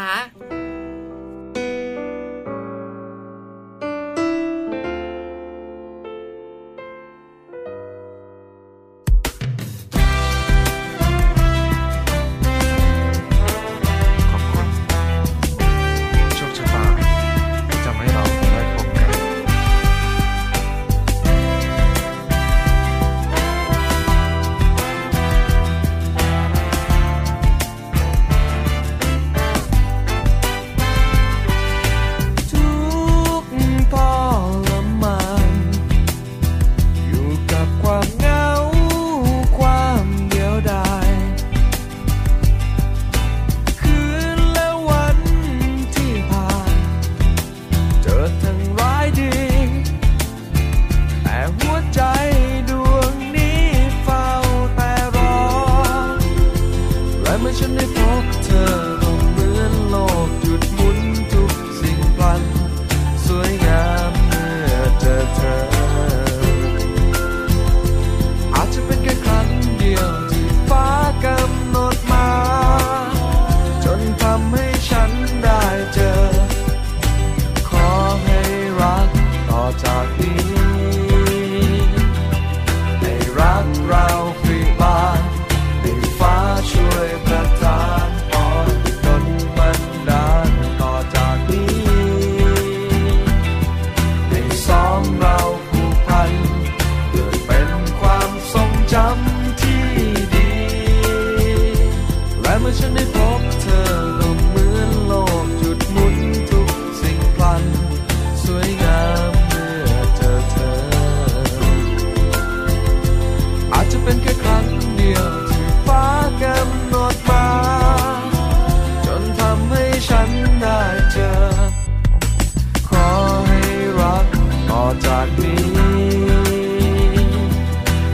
[SPEAKER 7] โชคชะตาที่ทำให้เราได้พบกัน
[SPEAKER 6] เ
[SPEAKER 7] จากนี้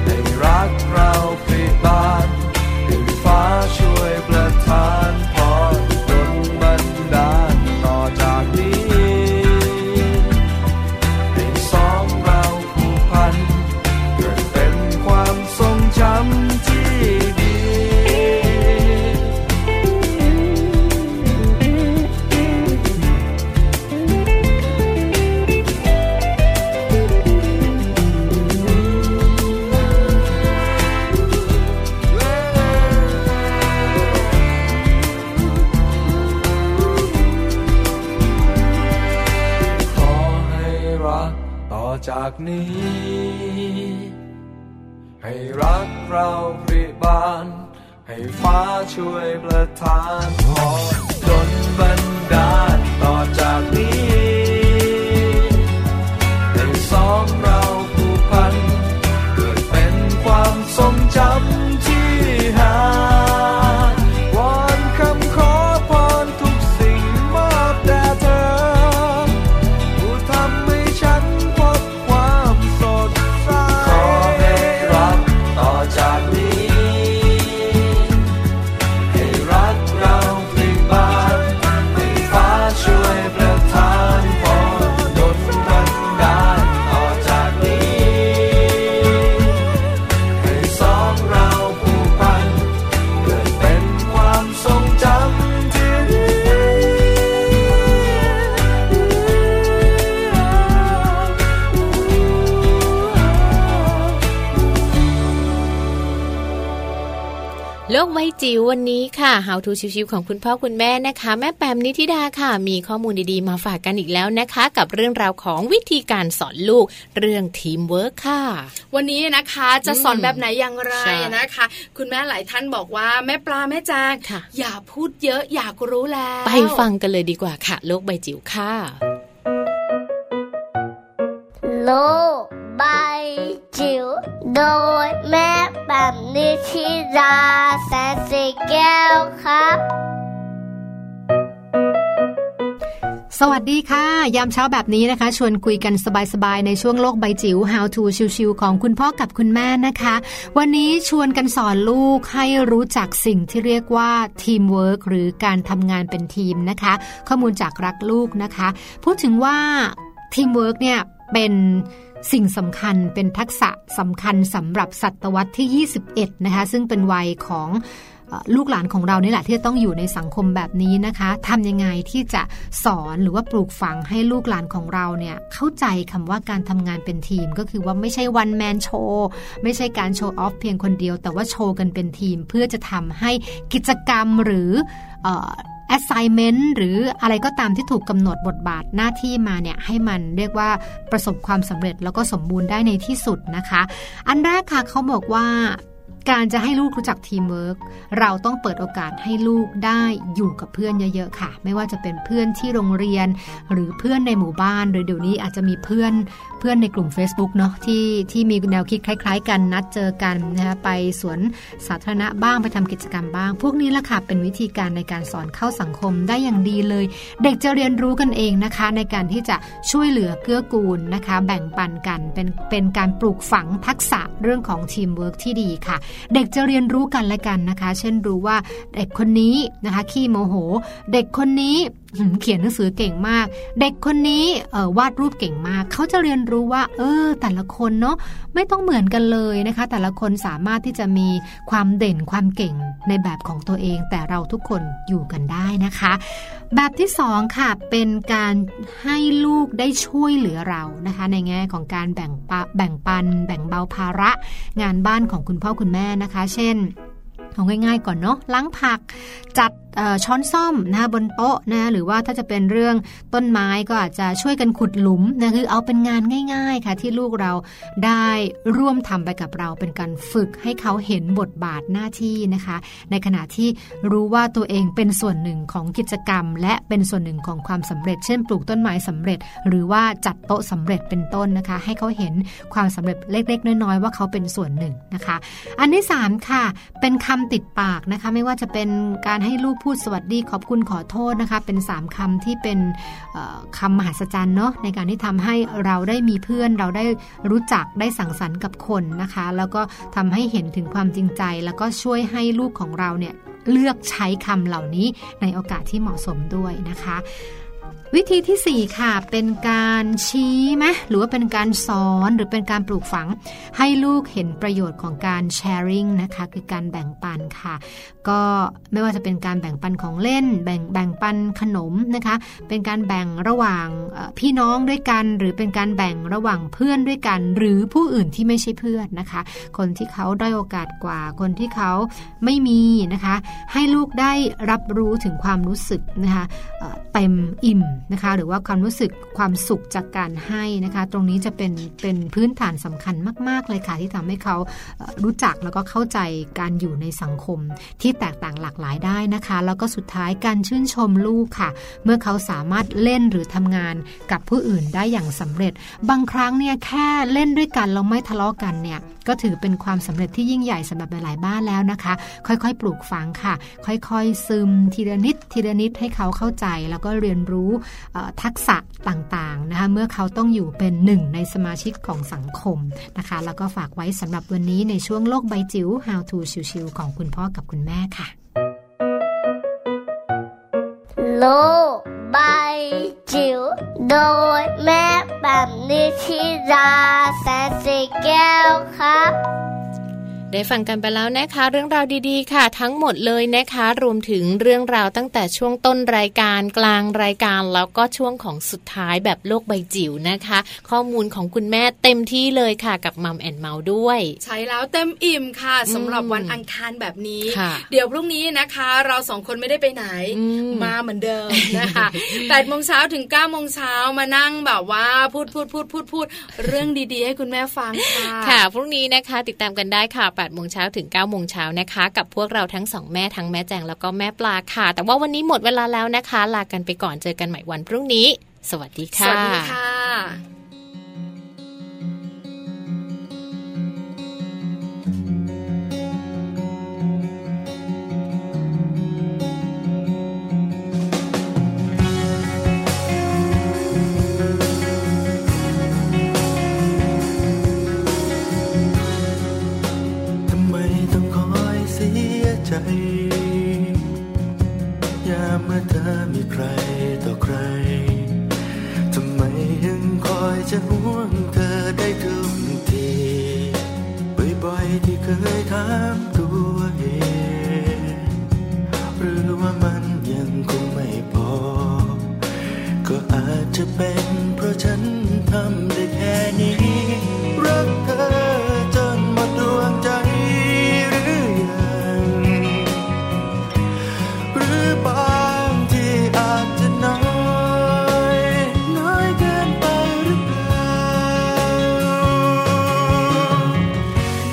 [SPEAKER 7] ให้รักเราพิบานให้ฟ้าช่วยประทานพรดลบันดาลต่อจากนี้ ให้สองเราผูกพัน เกิดเป็นความทรงจำที่ดี ขอให้รักต่อจากนี้ ให้รักเราพริบาน ให้ฟ้าช่วยประทานพรจนบันดาลต่อจากนี้ ให้สองเราผูกพัน เกิดเป็นความทรงจำที่หาวอนคำขอพรทุกสิ่งมอบแต่เธอ ผู้ทำให้ฉันพบความสดใส ขอให้รักต่อจากนี้ ให้รักเราพลิกบานให้ฟ้าช่วยประทานพรดลบันดาลต่อจากนี้ ให้สองเราผูกพัน เกิดเป็นความทรงจำที่ดี
[SPEAKER 2] โลกใบจิ๋ววันนี้ค่ะ How to ชิวๆของคุณพ่อคุณแม่นะคะ แม่แปมนิธิดาค่ะ มีข้อมูลดีๆมาฝากกันอีกแล้วนะคะ กับเรื่องราวของวิธีการสอนลูกเรื่องทีมเวิร์คค่ะ
[SPEAKER 3] วันนี้นะคะจะสอนแบบไหนอย่างไร
[SPEAKER 2] ใช่
[SPEAKER 3] นะคะ คุณแม่หลายท่านบอกว่าแม่ปลาแม่จาง
[SPEAKER 2] ค่ะ
[SPEAKER 3] อย่าพูดเยอะอยากรู้แล้ว
[SPEAKER 2] ไปฟังกันเลยดีกว่าค่ะ โลกใบจิ๋วค่ะ
[SPEAKER 6] โลกใบจิ๋วโดยแม่แบบนิชิราแสนสีแก้วครับ
[SPEAKER 8] สวัสดีค่ะ ยามเช้าแบบนี้นะคะ ชวนคุยกันสบายๆ ในช่วงโลกใบจิ๋ว How to ชิวๆของคุณพ่อกับคุณแม่นะคะ วันนี้ชวนกันสอนลูกให้รู้จักสิ่งที่เรียกว่าทีมเวิร์กหรือการทำงานเป็นทีมนะคะ ข้อมูลจากรักลูกนะคะ พูดถึงว่าทีมเวิร์กเนี่ยเป็นสิ่งสำคัญเป็นทักษะสำคัญสำหรับศตวรรษที่ 21 นะคะ ซึ่งเป็นวัยของ เอ่อลูกหลานของเรานี่แหละที่จะต้องอยู่ในสังคมแบบนี้นะคะทำยังไงที่จะสอนหรือว่าปลูกฝังให้ลูกหลานของเราเนี่ยเข้าใจคำว่าการทำงานเป็นทีม ก็คือว่าไม่ใช่วันแมนโชว์ไม่ใช่การโชว์ออฟเพียงคนเดียว แต่ว่าโชว์กันเป็นทีม เพื่อจะทำให้กิจกรรมหรือเอ่อ assignment หรืออะไรก็ตามที่ถูกกำหนดบทบาทหน้าที่มาเนี่ยให้มันเรียกว่าประสบความสำเร็จแล้วก็สมบูรณ์ได้ในที่สุดนะคะ อันแรกค่ะเขาบอกว่า การจะให้ลูกรู้จักทีมเวิร์กเราต้องเปิดโอกาสให้ลูกได้อยู่กับเพื่อนเยอะๆค่ะ ไม่ว่าจะเป็นเพื่อนที่โรงเรียน หรือเพื่อนในหมู่บ้าน หรือเดี๋ยวนี้อาจจะมีเพื่อนเพื่อนในกลุ่ม Facebook เนาะที่ที่มีแนวคิดคล้าย ๆ กันนัดเจอกันนะคะไปสวนสาธารณะบ้างไปทำกิจกรรมบ้าง พวกนี้ละค่ะเป็นวิธีการในการสอนเข้าสังคมได้อย่างดีเลย เด็กจะเรียนรู้กันเองนะคะ ในการที่จะช่วยเหลือเกื้อกูลนะคะ แบ่งปันกันเป็นเป็นการปลูกฝังทักษะเรื่องของทีมเวิร์กที่ดีค่ะ เด็กจะเรียนรู้กันและกันนะคะ เช่นรู้ว่าเด็กคนนี้นะคะขี้โมโห เด็กคนนี้หืมเขียนหนังสือเก่งมาก เด็กคนนี้เอ่อวาดรูปเก่งมาก เขาจะเรียนรู้ว่า เออ แต่ละคนเนาะไม่ต้องเหมือนกันเลยนะคะ แต่ละคนสามารถที่จะมีความเด่นความเก่งในแบบของตัวเอง แต่เราทุกคนอยู่กันได้นะคะ แบบที่สองค่ะเป็นการให้ลูกได้ช่วยเหลือเรานะคะ ในแง่ของการแบ่งปะแบ่งปัน แบ่งเบาภาระ งานบ้านของคุณพ่อคุณแม่นะคะ เช่นเอาง่ายๆก่อนเนาะล้างผัก จัดเอ่อช้อนซ่อมนะคะบนโต๊ะนะหรือว่าถ้าจะเป็นเรื่องต้นไม้ก็อาจจะช่วยกันขุดหลุมนะคือเอาเป็นงานง่าย ๆ ค่ะ ที่ลูกเราได้ร่วมทำไปกับเราเป็นการฝึกให้เขาเห็นบทบาทหน้าที่นะคะ ในขณะที่รู้ว่าตัวเองเป็นส่วนหนึ่งของกิจกรรม และเป็นส่วนหนึ่งของความสำเร็จ เช่น ปลูกต้นไม้สำเร็จ หรือว่าจัดโต๊ะสำเร็จเป็นต้นนะคะ ให้เขาเห็นความสำเร็จเล็ก ๆ น้อยๆว่าเขาเป็นส่วนหนึ่งนะคะ อันที่สามค่ะ เป็นคำติดปากนะคะ ไม่ว่าจะเป็นการให้ลูกพูด พูดสวัสดีขอบคุณขอโทษนะคะ เป็นสามคำที่เป็นเอ่อคำมหัศจรรย์เนาะในการที่ทำให้เราได้มีเพื่อน เราได้รู้จักได้สังสรรค์กับคนนะคะ แล้วก็ทำให้เห็นถึงความจริงใจ แล้วก็ช่วยให้ลูกของเราเนี่ยเลือกใช้คำเหล่านี้ในโอกาสที่เหมาะสมด้วยนะคะ วิธีที่ 4 ค่ะ เป็นการชี้ไหมหรือว่าเป็นการสอนหรือเป็นการปลูกฝัง ให้ลูกเห็นประโยชน์ของการแชร์ริงนะคะคือการแบ่งปันค่ะ ก็ไม่ว่าจะเป็นการแบ่งปันของเล่น แบ่งแบ่งปันขนมนะคะ เป็นการแบ่งระหว่างเอ่อพี่น้องด้วยกัน หรือเป็นการแบ่งระหว่างเพื่อนด้วยกัน หรือผู้อื่นที่ไม่ใช่เพื่อนนะคะ คนที่เขาด้อยโอกาสกว่า คนที่เขาไม่มีนะคะ ให้ลูกได้รับรู้ถึงความรู้สึกนะคะ เอ่อเต็มอิ่มนะคะหรือว่าความรู้สึกความสุขจากการให้นะคะ ตรงนี้จะเป็นเป็นพื้นฐานสำคัญมาก ๆ เลยค่ะ ที่ทำให้เขาเอ่อรู้จักแล้วก็เข้าใจการอยู่ในสังคมที่แตกต่างหลากหลายได้นะคะ แล้วก็สุดท้ายการชื่นชมลูกค่ะ เมื่อเขาสามารถเล่นหรือทำงานกับผู้อื่นได้อย่างสำเร็จ บางครั้งเนี่ยแค่เล่นด้วยกันแล้วไม่ทะเลาะกันเนี่ยก็ถือเป็นความสำเร็จที่ยิ่งใหญ่สำหรับหลายๆบ้านแล้วนะคะ ค่อยๆ ปลูกฝังค่ะ ค่อยๆ ซึมทีละนิดทีละนิดให้เขาเข้าใจ แล้วก็เรียนรู้เอ่อทักษะต่างๆนะคะเมื่อเขาต้องอยู่เป็นหนึ่งในสมาชิกของสังคมนะคะ แล้วก็ฝากไว้สำหรับวันนี้ในช่วงโลกใบจิ๋ว How to ชิวๆของคุณพ่อกับคุณแม่ค่ะ
[SPEAKER 9] lô bay chiều đôi mép bằng đi khi ra sẽ xì keo khắp
[SPEAKER 2] ได้ฟังกันไปแล้วนะคะ เรื่องราวดีๆ ค่ะ ทั้งหมดเลยนะคะ รวมถึงเรื่องราวตั้งแต่ช่วงต้นรายการกลางรายการแล้วก็ช่วงของสุดท้ายแบบโลกใบจิ๋วนะคะ ข้อมูลของคุณแม่เต็มที่เลยค่ะกับมัมแอนเมาส์ด้วย
[SPEAKER 3] ใช้แล้วเต็มอิ่มค่ะ
[SPEAKER 2] อืม
[SPEAKER 3] สำหรับวันอังคารแบบนี้
[SPEAKER 2] ค่ะ
[SPEAKER 3] เดี๋ยวพรุ่งนี้นะคะ เราสองคนไม่ได้ไปไหน
[SPEAKER 2] อืม
[SPEAKER 3] มาเหมือนเดิมนะคะแปดโมงเช้าถึง9ก้าโมงเช้ามานั่งแบบว่าพูดพูดพูดพูดพูดเรื่องดีๆ ให้คุณแม่ฟังค่ะ
[SPEAKER 2] ค่ะพรุ่งนี้นะคะติดตามกันได้ค่ะ8โมงเช้าถึง9โมงเช้านะคะ กับพวกเราทั้งสองแม่ทั้งแม่แจงแล้วก็แม่ปลาค่ะ แต่ว่าวันนี้หมดเวลาแล้วนะคะ ลากันไปก่อนเจอกันใหม่วันพรุ่งนี้ สวัสดี
[SPEAKER 3] ส
[SPEAKER 2] ค่ะ
[SPEAKER 3] วัสดีค่ะ
[SPEAKER 7] ทำไมต้องคอยเสียใจ ยามเมื่อเธอมีใครต่อใคร ทำไมยังคอยจะห่วงเธอได้ทุกที บ่อยๆที่เคยถามตัวเอง หรือว่ามันยังคงไม่พอ ก็อาจจะเป็นเพราะฉันทำได้แค่นี้ รักเธอจนหมดดวงใจหรือยังหรือบางที่อาจจะน้อยน้อยเกินไปหรือเปล่า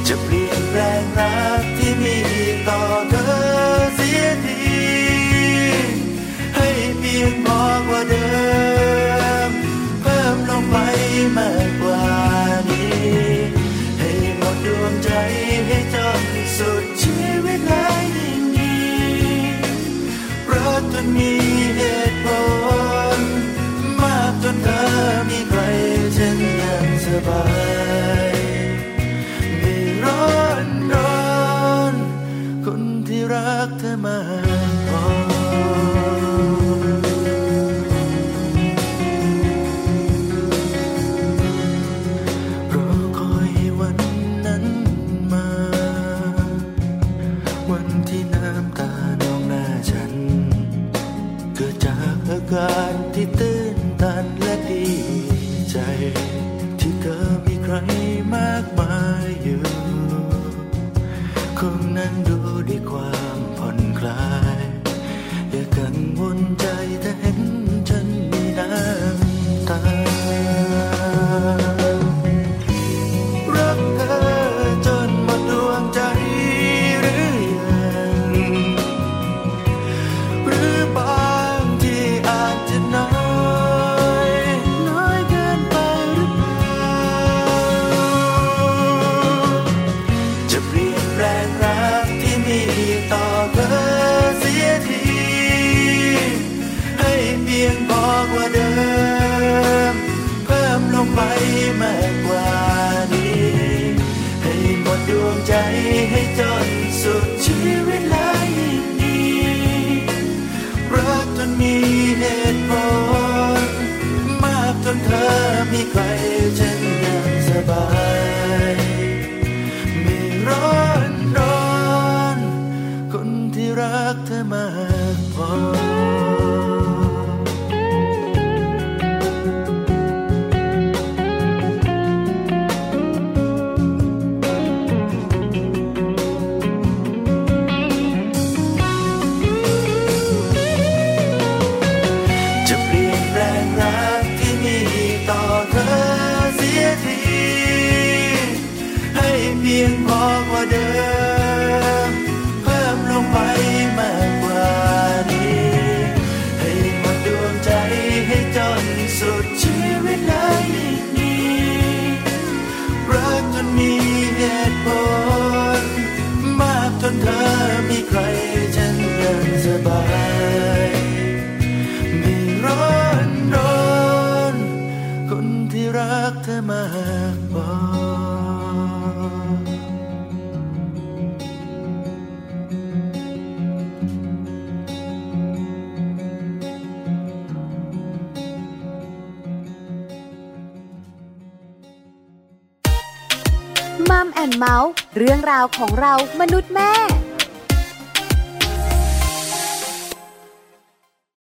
[SPEAKER 7] จะเปลี่ยนแปลงรักที่มีต่อเธอเสียที ให้เพียงพอกว่าเดิม เพิ่มลงไปมากกว่านี้ ให้หมดดวงใจให้จนสุดชีวิตเลยยิ่งดีเพราะจนมีเหตุผลมากจนเธอมีใครเช่นยังสบาย ไม่ร้อนร้อนคนที่รักเธอมากพอ รอคอยวันนั้นมา วันที่น้ำตาน้องหน้าฉัน เกิดจากอาการที่ตื้นตันและดีใจ ที่เธอมีใครมากมายอยู่ คงนั่งดูด้วยความผ่อนคลาย อย่ากังวลใจถ้าเห็นฉันมีน้ำตา รักเธอจนหมดดวงใจหรือยังหรือบางที่อาจจะน้อยน้อยเกินไปหรือเปล่า มากกว่านี้ ให้หมดดวงใจให้จนสุดชีวิตแล้วยิ่งดี รักจนมีเหตุผลมากจนเธอมีใครฉันยังสบาย ไม่ร้อนร้อน คนที่รักเธอมากพอ จะเปลี่ยนแปลงรักที่มีต่อเธอเสียที ให้เพียงพอกว่าเดิม เพิ่มลงไปมากกว่านี้ ให้หมดดวงใจให้จนสุดชีวิตเลยยิ่งดี รักจนมีเหตุผลมากจนเธอมีใครฉันยังสบาย ไม่ร้อนร้อนคนที่รักเธอมากพอ
[SPEAKER 10] มัมแอนเมาส์เรื่องราวของเรามนุษย์แม่